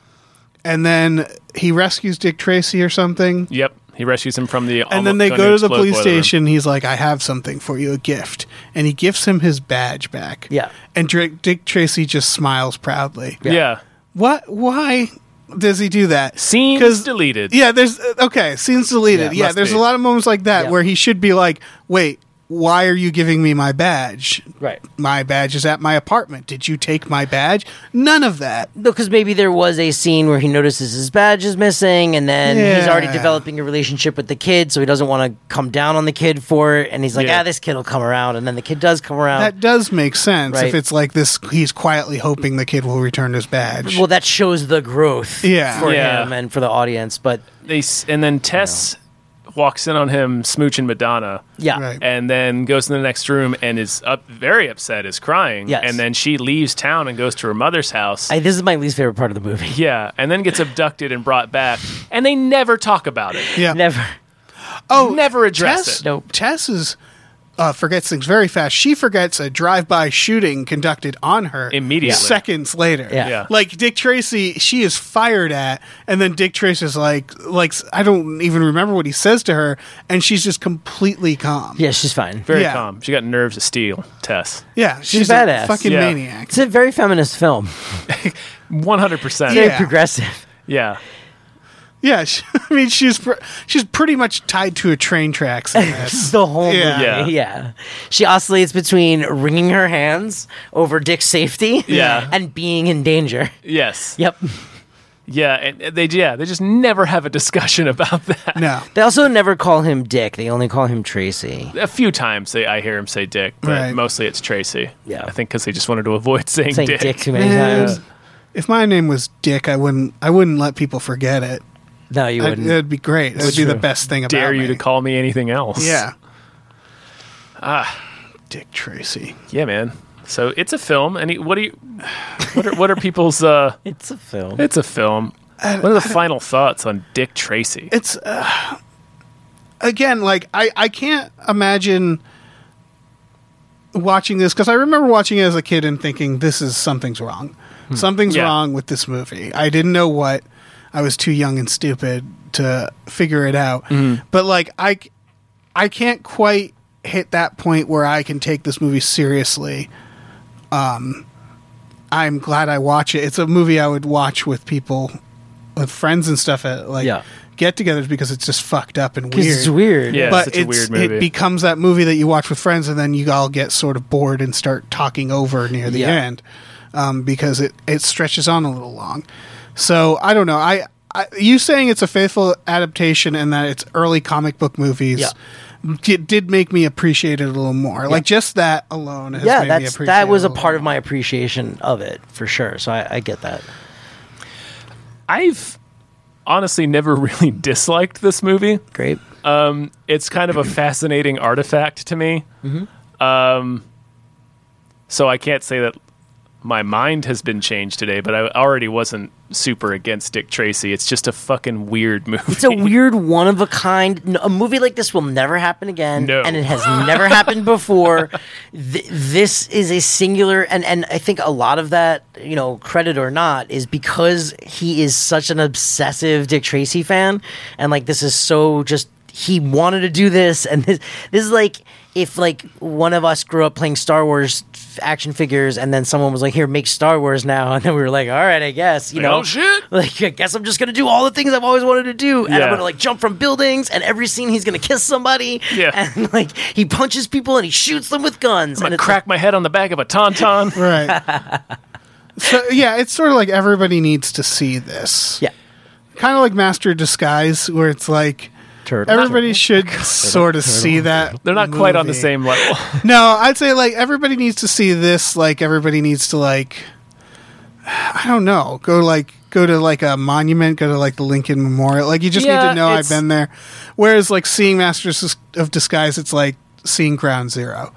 And then he rescues Dick Tracy or something. Yep. He rescues him from the. and then they go to the police station. He's like, "I have something for you, a gift," and he gives him his badge back. Yeah. and Dick, Dick Tracy just smiles proudly. Yeah. What? Why does he do that? Scenes 'Cause- deleted. Yeah, there's uh, okay. Scenes deleted. Yeah, Yeah, must there's be. a lot of moments like that Yeah. where he should be like, "Wait, why are you giving me my badge?" right. My badge is at my apartment. Did you take my badge? None of that. Because maybe there was a scene where he notices his badge is missing, and then he's already Yeah. developing a relationship with the kid, so he doesn't want to come down on the kid for it. And he's like, Yeah. "Ah, this kid will come around," and then the kid does come around. That does make sense Oh. Right. if it's like this. He's quietly hoping the kid will return his badge. well, that shows the growth Yeah. for Yeah. him and for the audience. But They s- and then Tess walks in on him smooching Madonna. yeah, Right. And then goes in the next room and is up, very upset, is crying. Yes. And then she leaves town and goes to her mother's house. I, this is my least favorite part of the movie. yeah. And then gets abducted and brought back. And they never talk about it. yeah. Never. Oh, never address Tess, it. Nope. Tess is uh, forgets things very fast. She forgets a drive-by shooting conducted on her Immediately. seconds later. Yeah. Yeah. like Dick Tracy, she is fired at, and then Dick Tracy's like, like I don't even remember what he says to her, and she's just completely calm. Yeah, she's fine. Very Yeah. calm. She got nerves of steel, Tess. Yeah, she's, a badass. fucking Yeah. maniac. It's a very feminist film. 100%. Very Yeah. Yeah. progressive. Yeah, she, I mean she's pr- she's pretty much tied to a train tracks. in this. The whole Yeah. Yeah. movie. Yeah. She oscillates between wringing her hands over Dick's safety Yeah. and being in danger. Yes. Yep. Yeah. And and they yeah, they just never have a discussion about that. no, They also never call him Dick. They only call him Tracy. A few times they, I hear him say Dick, but Right. mostly it's Tracy. Yeah. I think because they just wanted to avoid saying, Saying Dick, Dick. too many Man. times. if my name was Dick, I wouldn't I wouldn't let people forget it. No, you I'd- wouldn't. That'd be great. That'd be the true. best thing about Dare you me. to call me anything else? Yeah. Ah, Ah, Dick Tracy. Yeah, man. So it's a film. And he- what do you? What are what are people's? uh it's a film. It's a film. What are the final thoughts on Dick Tracy? It's uh, again like I I can't imagine watching this because I remember watching it as a kid and thinking this is something's wrong. Something's Hmm. Yeah. wrong with this movie. I didn't know what. I was too young and stupid to figure it out. Hmm. But like I c- I can't quite hit that point where I can take this movie seriously. Um, I'm glad I watch it. It's a movie I would watch with people, with friends and stuff at like Yeah. get-togethers because it's just fucked up and 'Cause weird. it's weird. Yeah. but such a it's- weird movie. it becomes that movie that you watch with friends, and then you all get sort of bored and start talking over near the Yeah. end um, because it it stretches on a little long. So I don't know. I I, you saying it's a faithful adaptation and that it's early comic book movies. Yeah. It did make me appreciate it a little more. Like just that alone. Has yeah, made me that's appreciate that was it a little part more. of my appreciation of it for sure. So I, I get that. I've honestly never really disliked this movie. Great. It's kind of a fascinating artifact to me. Um, so I can't say that my mind has been changed today, but I already wasn't super against Dick Tracy. It's just a fucking weird movie. It's a weird one of a kind. n- A movie like this will never happen again, No. and it has never happened before. Th- this is a singular, and and I think a lot of that, you know, credit or not, is because he is such an obsessive Dick Tracy fan, and like this is so just he wanted to do this, and this this is like if like one of us grew up playing Star Wars f- action figures, and then someone was like, "Here, make Star Wars now," and then we were like, "All right, I guess," you Like, know, "Oh, shit." like I guess I'm just gonna do all the things I've always wanted to do, and I'm Yeah. gonna like jump from buildings, and every scene he's gonna kiss somebody, Yeah. and like he punches people and he shoots them with guns, I'm and gonna it's crack my head on the back of a tauntaun. right. so yeah, it's sort of like everybody needs to see this. like, Kind of like Master of Disguise, where it's like yeah, turtle. everybody should sort of see that. They're not quite on the movie. same level. No, I'd say like everybody needs to see this. Like everybody needs to like, I don't know, go like go to like a monument, go to like the Lincoln Memorial. Like you just need Yeah, to know I've it's- been there. Whereas like seeing Masters of Disguise, it's like seeing Ground Zero.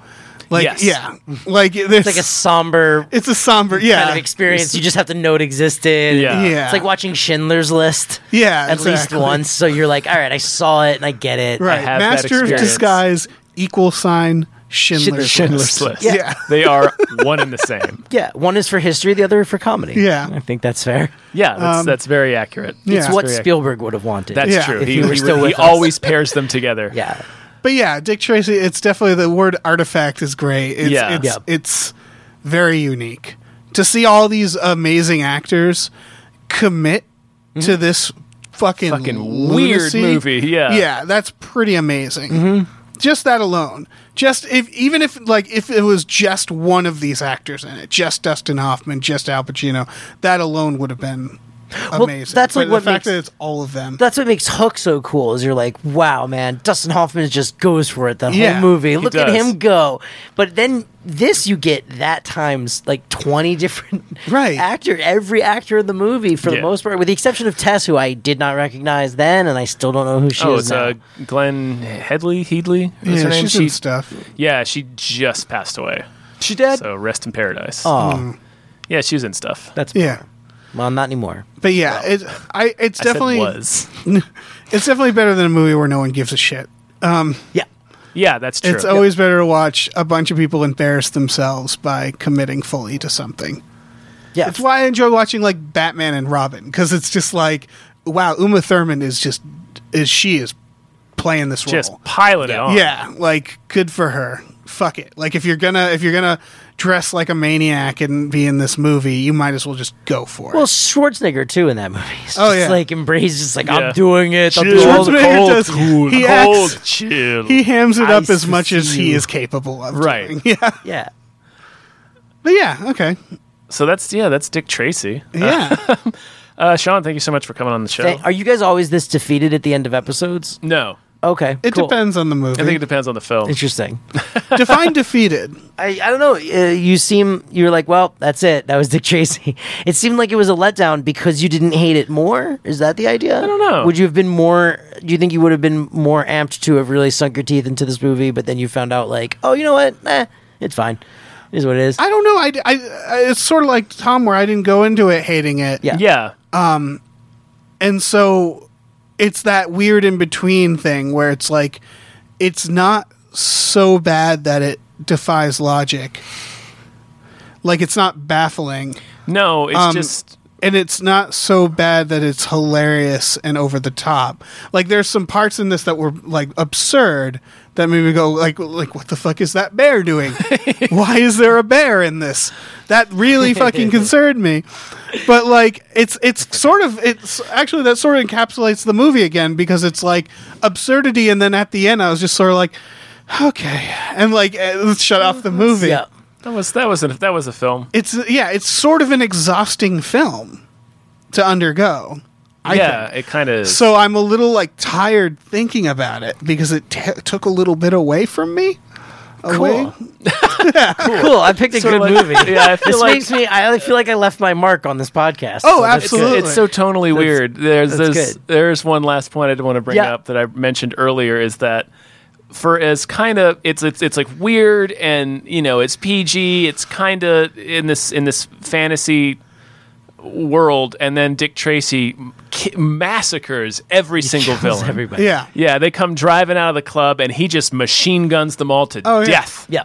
Like Yes. yeah, like there's It's like a somber it's a somber yeah kind of experience. You just have to know it existed. Yeah. Yeah. it's like watching Schindler's List. Yeah, at exactly. least once. So you're like, all right, I saw it and I get it. right. have that Master of experience. Disguise equal sign Schindler's, Schindler's List. List. Yeah. They are one and the same. Yeah, one is for history, the other for comedy. Yeah. I think that's fair. Yeah, that's, that's very accurate. It's Yeah. what Correct. Spielberg would have wanted. That's Yeah. true. If He, you were he- still he with us. always pairs them together. Yeah. But yeah, Dick Tracy. It's definitely the word artifact is great. It's, Yeah. it's, Yeah. it's very unique to see all these amazing actors commit to this fucking Mm-hmm. Fucking weird lunacy. movie, yeah. Mm-hmm. yeah, that's pretty amazing. Just that alone. Just if even if like if it was just one of these actors in it, just Dustin Hoffman, just Al Pacino, that alone would have been amazing. that's, like, But what the fact makes- that it's all of them. that's what makes Hook so cool. Is you're like, wow, man, Dustin Hoffman just goes for it the Yeah, whole movie. Look at does. him go. But then this, you get that times like twenty different Right. actor, every actor in the movie for the Yeah. most part, with the exception of Tess, who I did not recognize then, and I still don't know who she Oh, is it's uh, now. Glenn Headley. Headley. Is yeah, her name? she's in She, stuff. yeah, she just passed away. She dead. So rest in paradise. oh, Yeah, she was in stuff. that's Mm. Yeah. well, not anymore. But yeah, it, I, it's definitely I said was. It's definitely better than a movie where no one gives a shit. Yeah, Yeah, that's true. It's always better to watch a bunch of people embarrass themselves by committing fully to something. yeah. That's why I enjoy watching like Batman and Robin because it's just like, wow, Uma Thurman is just is she is playing this role. just pilot it on. Yeah, like good for her. Fuck it. Like if you're gonna if you're gonna dress like a maniac and be in this movie, you might as well just go for Well, it. Schwarzenegger too in that movie. It's Oh, just yeah. like embrace, just like Yeah. I'm doing it. I'll Chill. do all the Schwarzenegger cold. does- Cool, he cold, acts- chill. He hams it up Nice as to much as see he you. is capable of. Right. doing. Yeah. Yeah, But yeah. Okay. so that's yeah, that's Dick Tracy. Yeah. Uh, Sean, thank you so much for coming on the show. Th- are you guys always this defeated at the end of episodes? no, Okay, It cool. depends on the movie. I think it depends on the film. Interesting. Define defeated. I, I don't know. Uh, you seem you were like, well, that's it. That was Dick Tracy. It seemed like it was a letdown because you didn't hate it more. Is that the idea? I don't know. Would you have been more? Do you think you would have been more amped to have really sunk your teeth into this movie, but then you found out like, oh, you know what? Nah, it's fine. It is what it is. I don't know. I, I- I- it's sort of like Tom, where I didn't go into it hating it. Yeah. Yeah, And so it's that weird in between thing where it's like, it's not so bad that it defies logic. Like, it's not baffling. no, it's Um, just and it's not so bad that it's hilarious and over the top. Like there's some parts in this that were like absurd that made me go like like what the fuck is that bear doing? Why is there a bear in this? That really fucking concerned me. But like it's it's sort of it's actually that sort of encapsulates the movie again because it's like absurdity and then at the end I was just sort of like okay and like eh, let's shut off the movie. yeah. that was that was a, that was a film. It's yeah, it's sort of an exhausting film to undergo. I yeah, think. it kind of. So I'm a little like tired thinking about it because it t- took a little bit away from me. Away. Oh, Cool. I picked a So, good like, movie. yeah, I feel this like- makes me. I feel like I left my mark on this podcast. Oh, So that's absolutely. It's so tonally weird. There's that's this, good. there's one last point I did want to bring Yeah. up that I mentioned earlier is that for as kind of it's it's it's like weird and you know it's PG. It's kind of in this in this fantasy world, and then Dick Tracy ki- massacres every single kills villain. Everybody. Yeah. Yeah, they come driving out of the club, and he just machine guns them all to Oh, yeah. death. Yeah.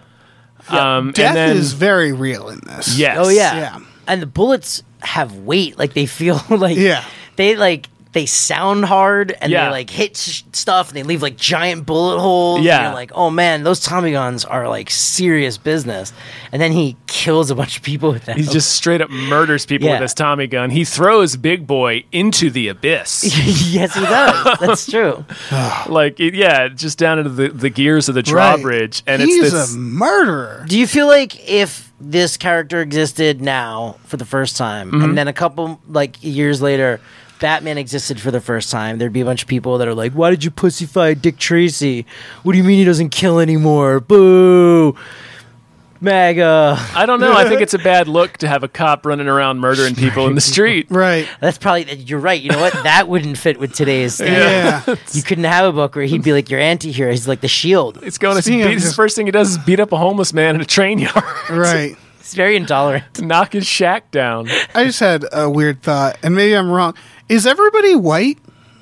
Um, Death and then, is very real in this. yes. Oh yeah. Yeah. And the bullets have weight. Like they feel like Yeah. They like they sound hard and Yeah. they like hit sh- stuff and they leave like giant bullet holes. Yeah. And you're like, oh man, those Tommy guns are like serious business. And then he kills a bunch of people with them. He just straight up murders people with Yeah. his Tommy gun. He throws Big Boy into the abyss. yes, he does. That's true. like, it- yeah, just down into the, the gears of the Right. drawbridge. And he's it's this. a murderer. Do you feel like if this character existed now for the first time, Mm-hmm. and then a couple like years later, Batman existed for the first time, there'd be a bunch of people that are like, "Why did you pussyfy Dick Tracy? What do you mean he doesn't kill anymore? Boo, MAGA." I don't know. I think it's a bad look to have a cop running around murdering people in the street. Right. That's probably you're right. You know what? That wouldn't fit with today's. Standard. Yeah. You couldn't have a book where he'd be like your anti-hero. He's like the Shield. It's going to Speaking beat, of his just- first thing he does is beat up a homeless man in a train yard, right. It's very intolerant. knock his shack down. I just had a weird thought, and maybe I'm wrong. Is everybody white?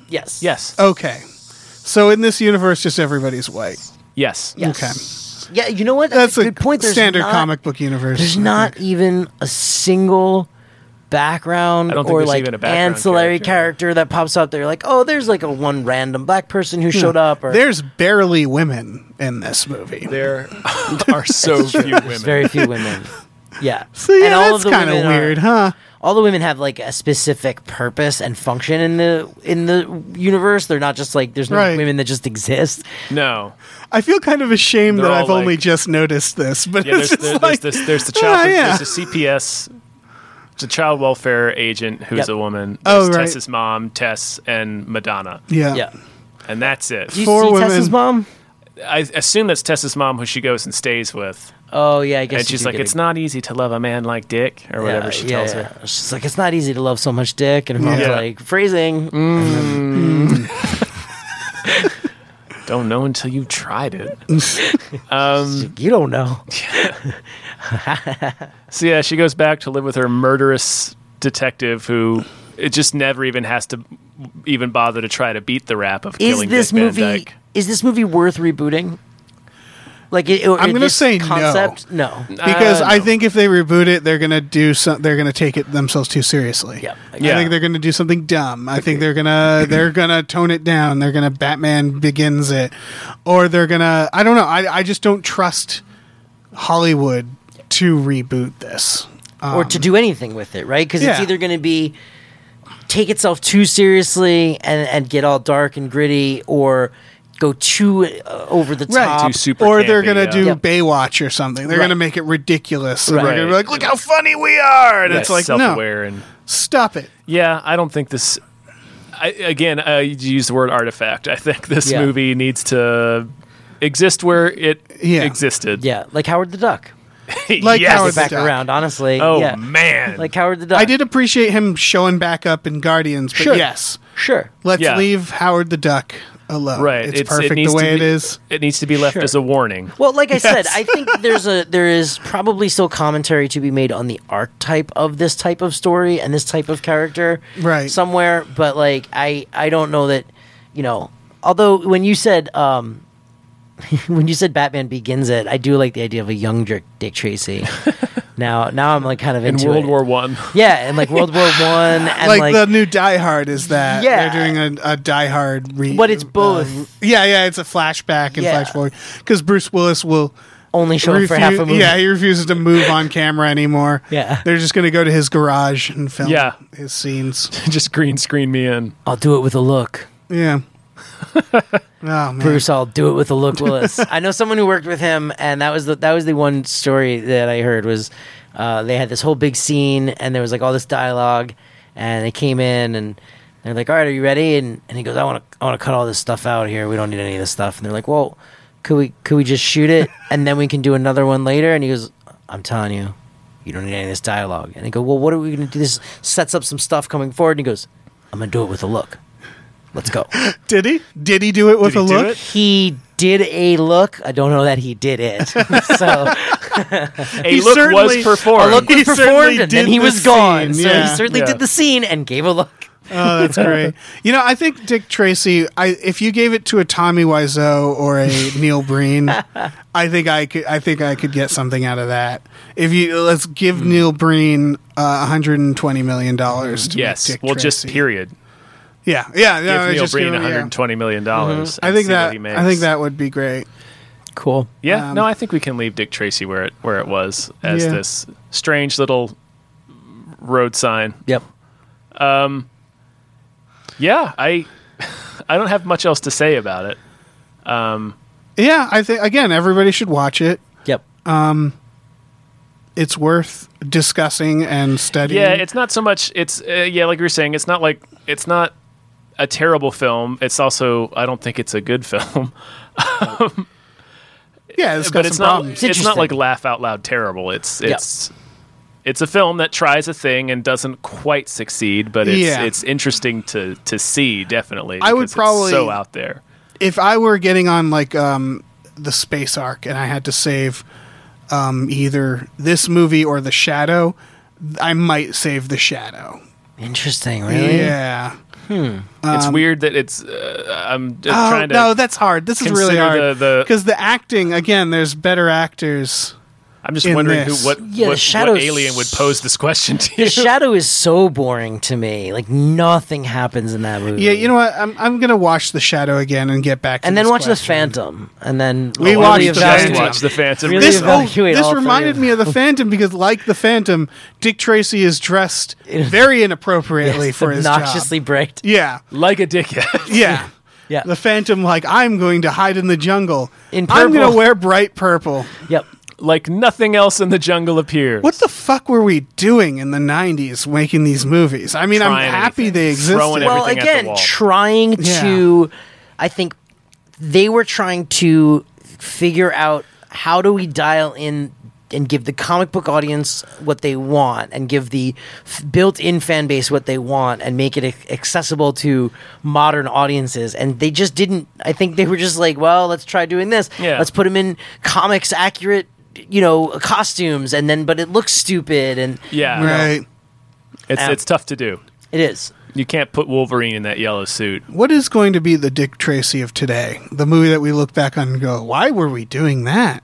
Yes. Yes. Okay. So in this universe, just everybody's white. Yes. Yes. Okay. Yeah. You know what? That's, a a good point. There's standard not- comic book universe. There's I not think. even a single background I don't think or there's like even a background ancillary character. character. that pops up. They're like, oh, there's like a one random black person Hmm. who showed up. Or There's barely women in this movie. There are so few women. There's very few women. Yeah. So yeah, that's the kind of women are- weird, huh? All the women have like a specific purpose and function in the in the universe. They're not just like there's no Right. women that just exist. no. I feel kind of ashamed They're that all I've only like- just noticed this, but Yeah, there's, it's just there, like, there's, this, there's the ah, child, yeah. there's the CPS, the child welfare agent who's Yep. a woman. Oh, There's right. Tess's mom, Tess, and Madonna, yeah. Yeah. and that's it. Do you Four see women. Tessa's mom? I assume that's Tess's mom who she goes and stays with, Oh yeah, I guess. and you she's do like, get a- "It's not easy to love a man like Dick," or Yeah, whatever she yeah, tells yeah. her. She's like, it's not easy to love so much dick, and her mom's Yeah. like, phrasing. Mm-hmm. Don't know until you've tried it. You don't know. So yeah, she goes back to live with her murderous detective who it just never even has to even bother to try to beat the rap of Is killing this Dick Van movie Dyke. is this movie worth rebooting? Like, it, or I'm gonna this say no. concept? No. Because Uh, I no. think if they reboot it, they're gonna do some. They're gonna take it themselves too seriously. Yeah. Yeah. I think they're gonna do something dumb. I think they're gonna they're gonna tone it down. They're gonna Batman begins it, or they're gonna. I don't know. I I just don't trust Hollywood to reboot this. or to do anything with it, right? Because it's Um, yeah. either going to be take itself too seriously and and get all dark and gritty, or go too uh, over the Right. top. Too super or they're campy, gonna yeah. do Yep. Baywatch or something. They're Right. gonna make it ridiculous. And Right. They're gonna be like, look how funny we are, and Yeah, it's like, self-aware and no, stop it. Yeah, I don't think this. I, again, uh, you use the word artifact. I think this Yeah. movie needs to exist where it Yeah. existed. Yeah, like Howard the Duck. Like Yes. Howard the Back Duck. around, honestly. Oh yeah. man! like Howard the Duck. I did appreciate him showing back up in Guardians, but Sure. yes, Sure. let's Yeah. leave Howard the Duck alone. right? it's, perfect needs the to way it be- is. It needs to be left Sure. as a warning. Well, like I said, I think there's a there is probably still commentary to be made on the archetype of this type of story and this type of character, Right. Somewhere, but like I I don't know that you know. Although when you said um, when you said Batman begins it, I do like the idea of a young Dick, Dick Tracy. now now I'm like kind of In into World it. War One, yeah, and like World War One and Like, like, the new Die Hard is that Yeah. they're doing a, a Die Hard, re- But it's both. uh, yeah, yeah, it's a flashback and Yeah. flash forward because Bruce Willis will only show up for half a refu- movie. Yeah, he refuses to move on camera anymore. Yeah. they're just going to go to his garage and film Yeah. his scenes. just green screen me in. I'll do it with a look. Yeah. oh man. Bruce, I'll do it with a look, Willis. I know someone who worked with him, and that was the that was the one story that I heard was uh, they had this whole big scene, and there was like all this dialogue, and they came in and. And they're like, all right, are you ready? And, and he goes, I want to I want to cut all this stuff out here. We don't need any of this stuff. And they're like, well, could we could we just shoot it and then we can do another one later? And he goes, I'm telling you, you don't need any of this dialogue. And they go, well, what are we going to do? This sets up some stuff coming forward. And he goes, I'm going to do it with a look. Let's go. Did he? Did he do it with Did a he do look? it? he did a look. I don't know that he did it. So A He look certainly- was performed. a look was He certainly performed and then did he the was gone. scene, So yeah. he certainly Yeah. did the scene and gave a look. Oh, that's great. You know, I think Dick Tracy. I if you gave it to a Tommy Wiseau or a Neil Breen, I think I could. I think I could get something out of that. If you let's give Hmm. Neil Breen uh, 120 million dollars. to yes. make Dick well, just Tracy. period. Yeah, yeah. Give yeah, Neil just Breen give him- yeah. Mm-hmm. 120 million dollars. I think that. I think that would be great. Cool. Yeah, Um, no, I think we can leave Dick Tracy where it where it was as Yeah. this strange little road sign. Yep. Yeah, I I don't have much else to say about it. Yeah, I think again, everybody should watch it. Yep. Uh, It's worth discussing and studying. Yeah, it's not so much. It's uh, yeah, like you were saying, it's not like it's not a terrible film. It's also I don't think it's a good film, yeah, it's but got some it's not problems. it's, not interesting. like laugh out loud terrible. It's it's it's a film that tries a thing and doesn't quite succeed, but it's Yeah. it's interesting to to see definitely. I would because it's probably- so out there. if I were getting on like um, the space arc and I had to save um, either this movie or The Shadow, th- I might save The Shadow. Interesting. Really. Yeah. it's weird that it's uh, I'm just um, Oh trying to no, that's hard. This is really consider hard the- the- because the, acting again. There's better actors. I'm just in wondering this. who what Yeah, the what, shadows- what alien would pose this question to The you. Shadow is so boring to me. Like nothing happens in that movie. Yeah, you know what? I'm I'm gonna watch The Shadow again and get back. To and then this watch the question. Phantom, and then We really watched The evaluate- Phantom. watch the Phantom. Really This, oh, evaluate all this three reminded of me of the Phantom because, like the Phantom, Dick Tracy is dressed very inappropriately for his job. obnoxiously bright. Yeah, like a dickhead. yeah. Yeah. The Phantom, like, I'm going to hide in the jungle. In I'm going to purple. wear bright purple. Yep. like nothing else in the jungle appears. What the fuck were we doing in the 90s making these movies? I mean, I'm Trying happy anything. they existed. Throwing Well, Well, everything at the again, wall. trying Yeah. to, I think they were trying to figure out how do we dial in and give the comic book audience what they want and give the f- built-in fan base what they want and make it ac- accessible to modern audiences and they just didn't i think they were just like well let's try doing this Yeah. let's put them in comics accurate you know costumes and then but it looks stupid and Yeah, right. It's Yeah. it's tough to do. it is You can't put Wolverine in that yellow suit. What is going to be the Dick Tracy of today? The movie that we look back on and go, why were we doing that?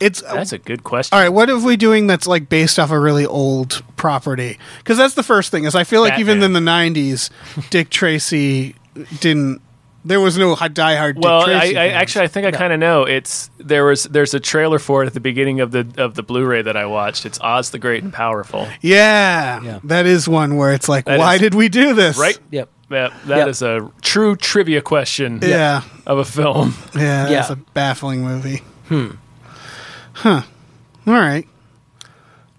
It's That's a good question. all right. What are we doing that's like based off a really old property? Because that's the first thing is I feel like even in Batman. the '90s, Dick Tracy didn't. There was no hi- diehard. Dick Well, I, I Tracy fans. actually I think I kind of know. It's there was there's a trailer for it at the beginning of the of the Blu-ray that I watched. It's Oz the Great and Powerful. Yeah, Yeah. that is one where it's like, That why is- did we do this? Right? yep Yeah, that Yep. is a true trivia question Yeah, of a film. yeah, that's Yeah. a baffling movie. Hmm. Huh. All right.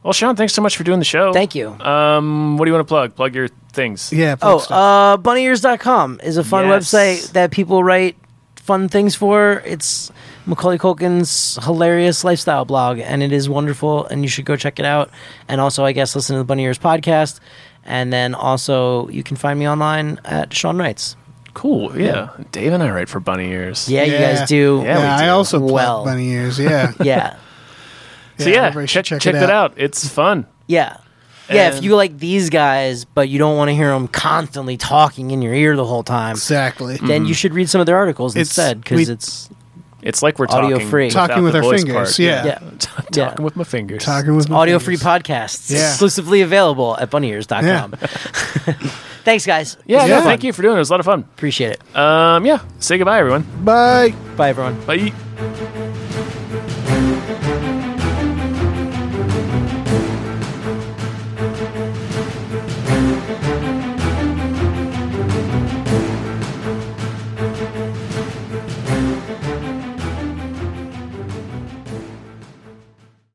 Well, Sean, thanks so much for doing the show. thank you Um, what do you want to plug? Plug your things. Yeah. Oh, please stop. uh, bunnyears.com is a fun Yes. website that people write fun things for. It's Macaulay Culkin's hilarious lifestyle blog, and it is wonderful, and you should go check it out. And also, I guess, listen to the Bunny Ears podcast. And then also, you can find me online at Sean Wrights. Cool. Yeah. Dave and I write for Bunny Ears. Yeah, you Yeah. guys do. Yeah, we yeah, I do. also plug Well. bunny ears. Yeah. Yeah. So yeah, everybody should check, check, that out. It's fun. Yeah. Yeah, if And- you like these guys, but you don't want to hear them constantly talking in your ear the whole time, Exactly. then you should read some of their articles It's- instead because we- it's It's like we're Audio talking free. without Talking with the our voice fingers, part. yeah. yeah, talking Yeah. with my fingers. Talking with my audio fingers. free podcasts Yeah. exclusively available at bunnyears.com. Thanks, guys. Yeah, Yeah. No, thank you for doing it. It was a lot of fun. Appreciate it. Um, yeah, say goodbye, everyone. Bye. Bye, everyone. Bye.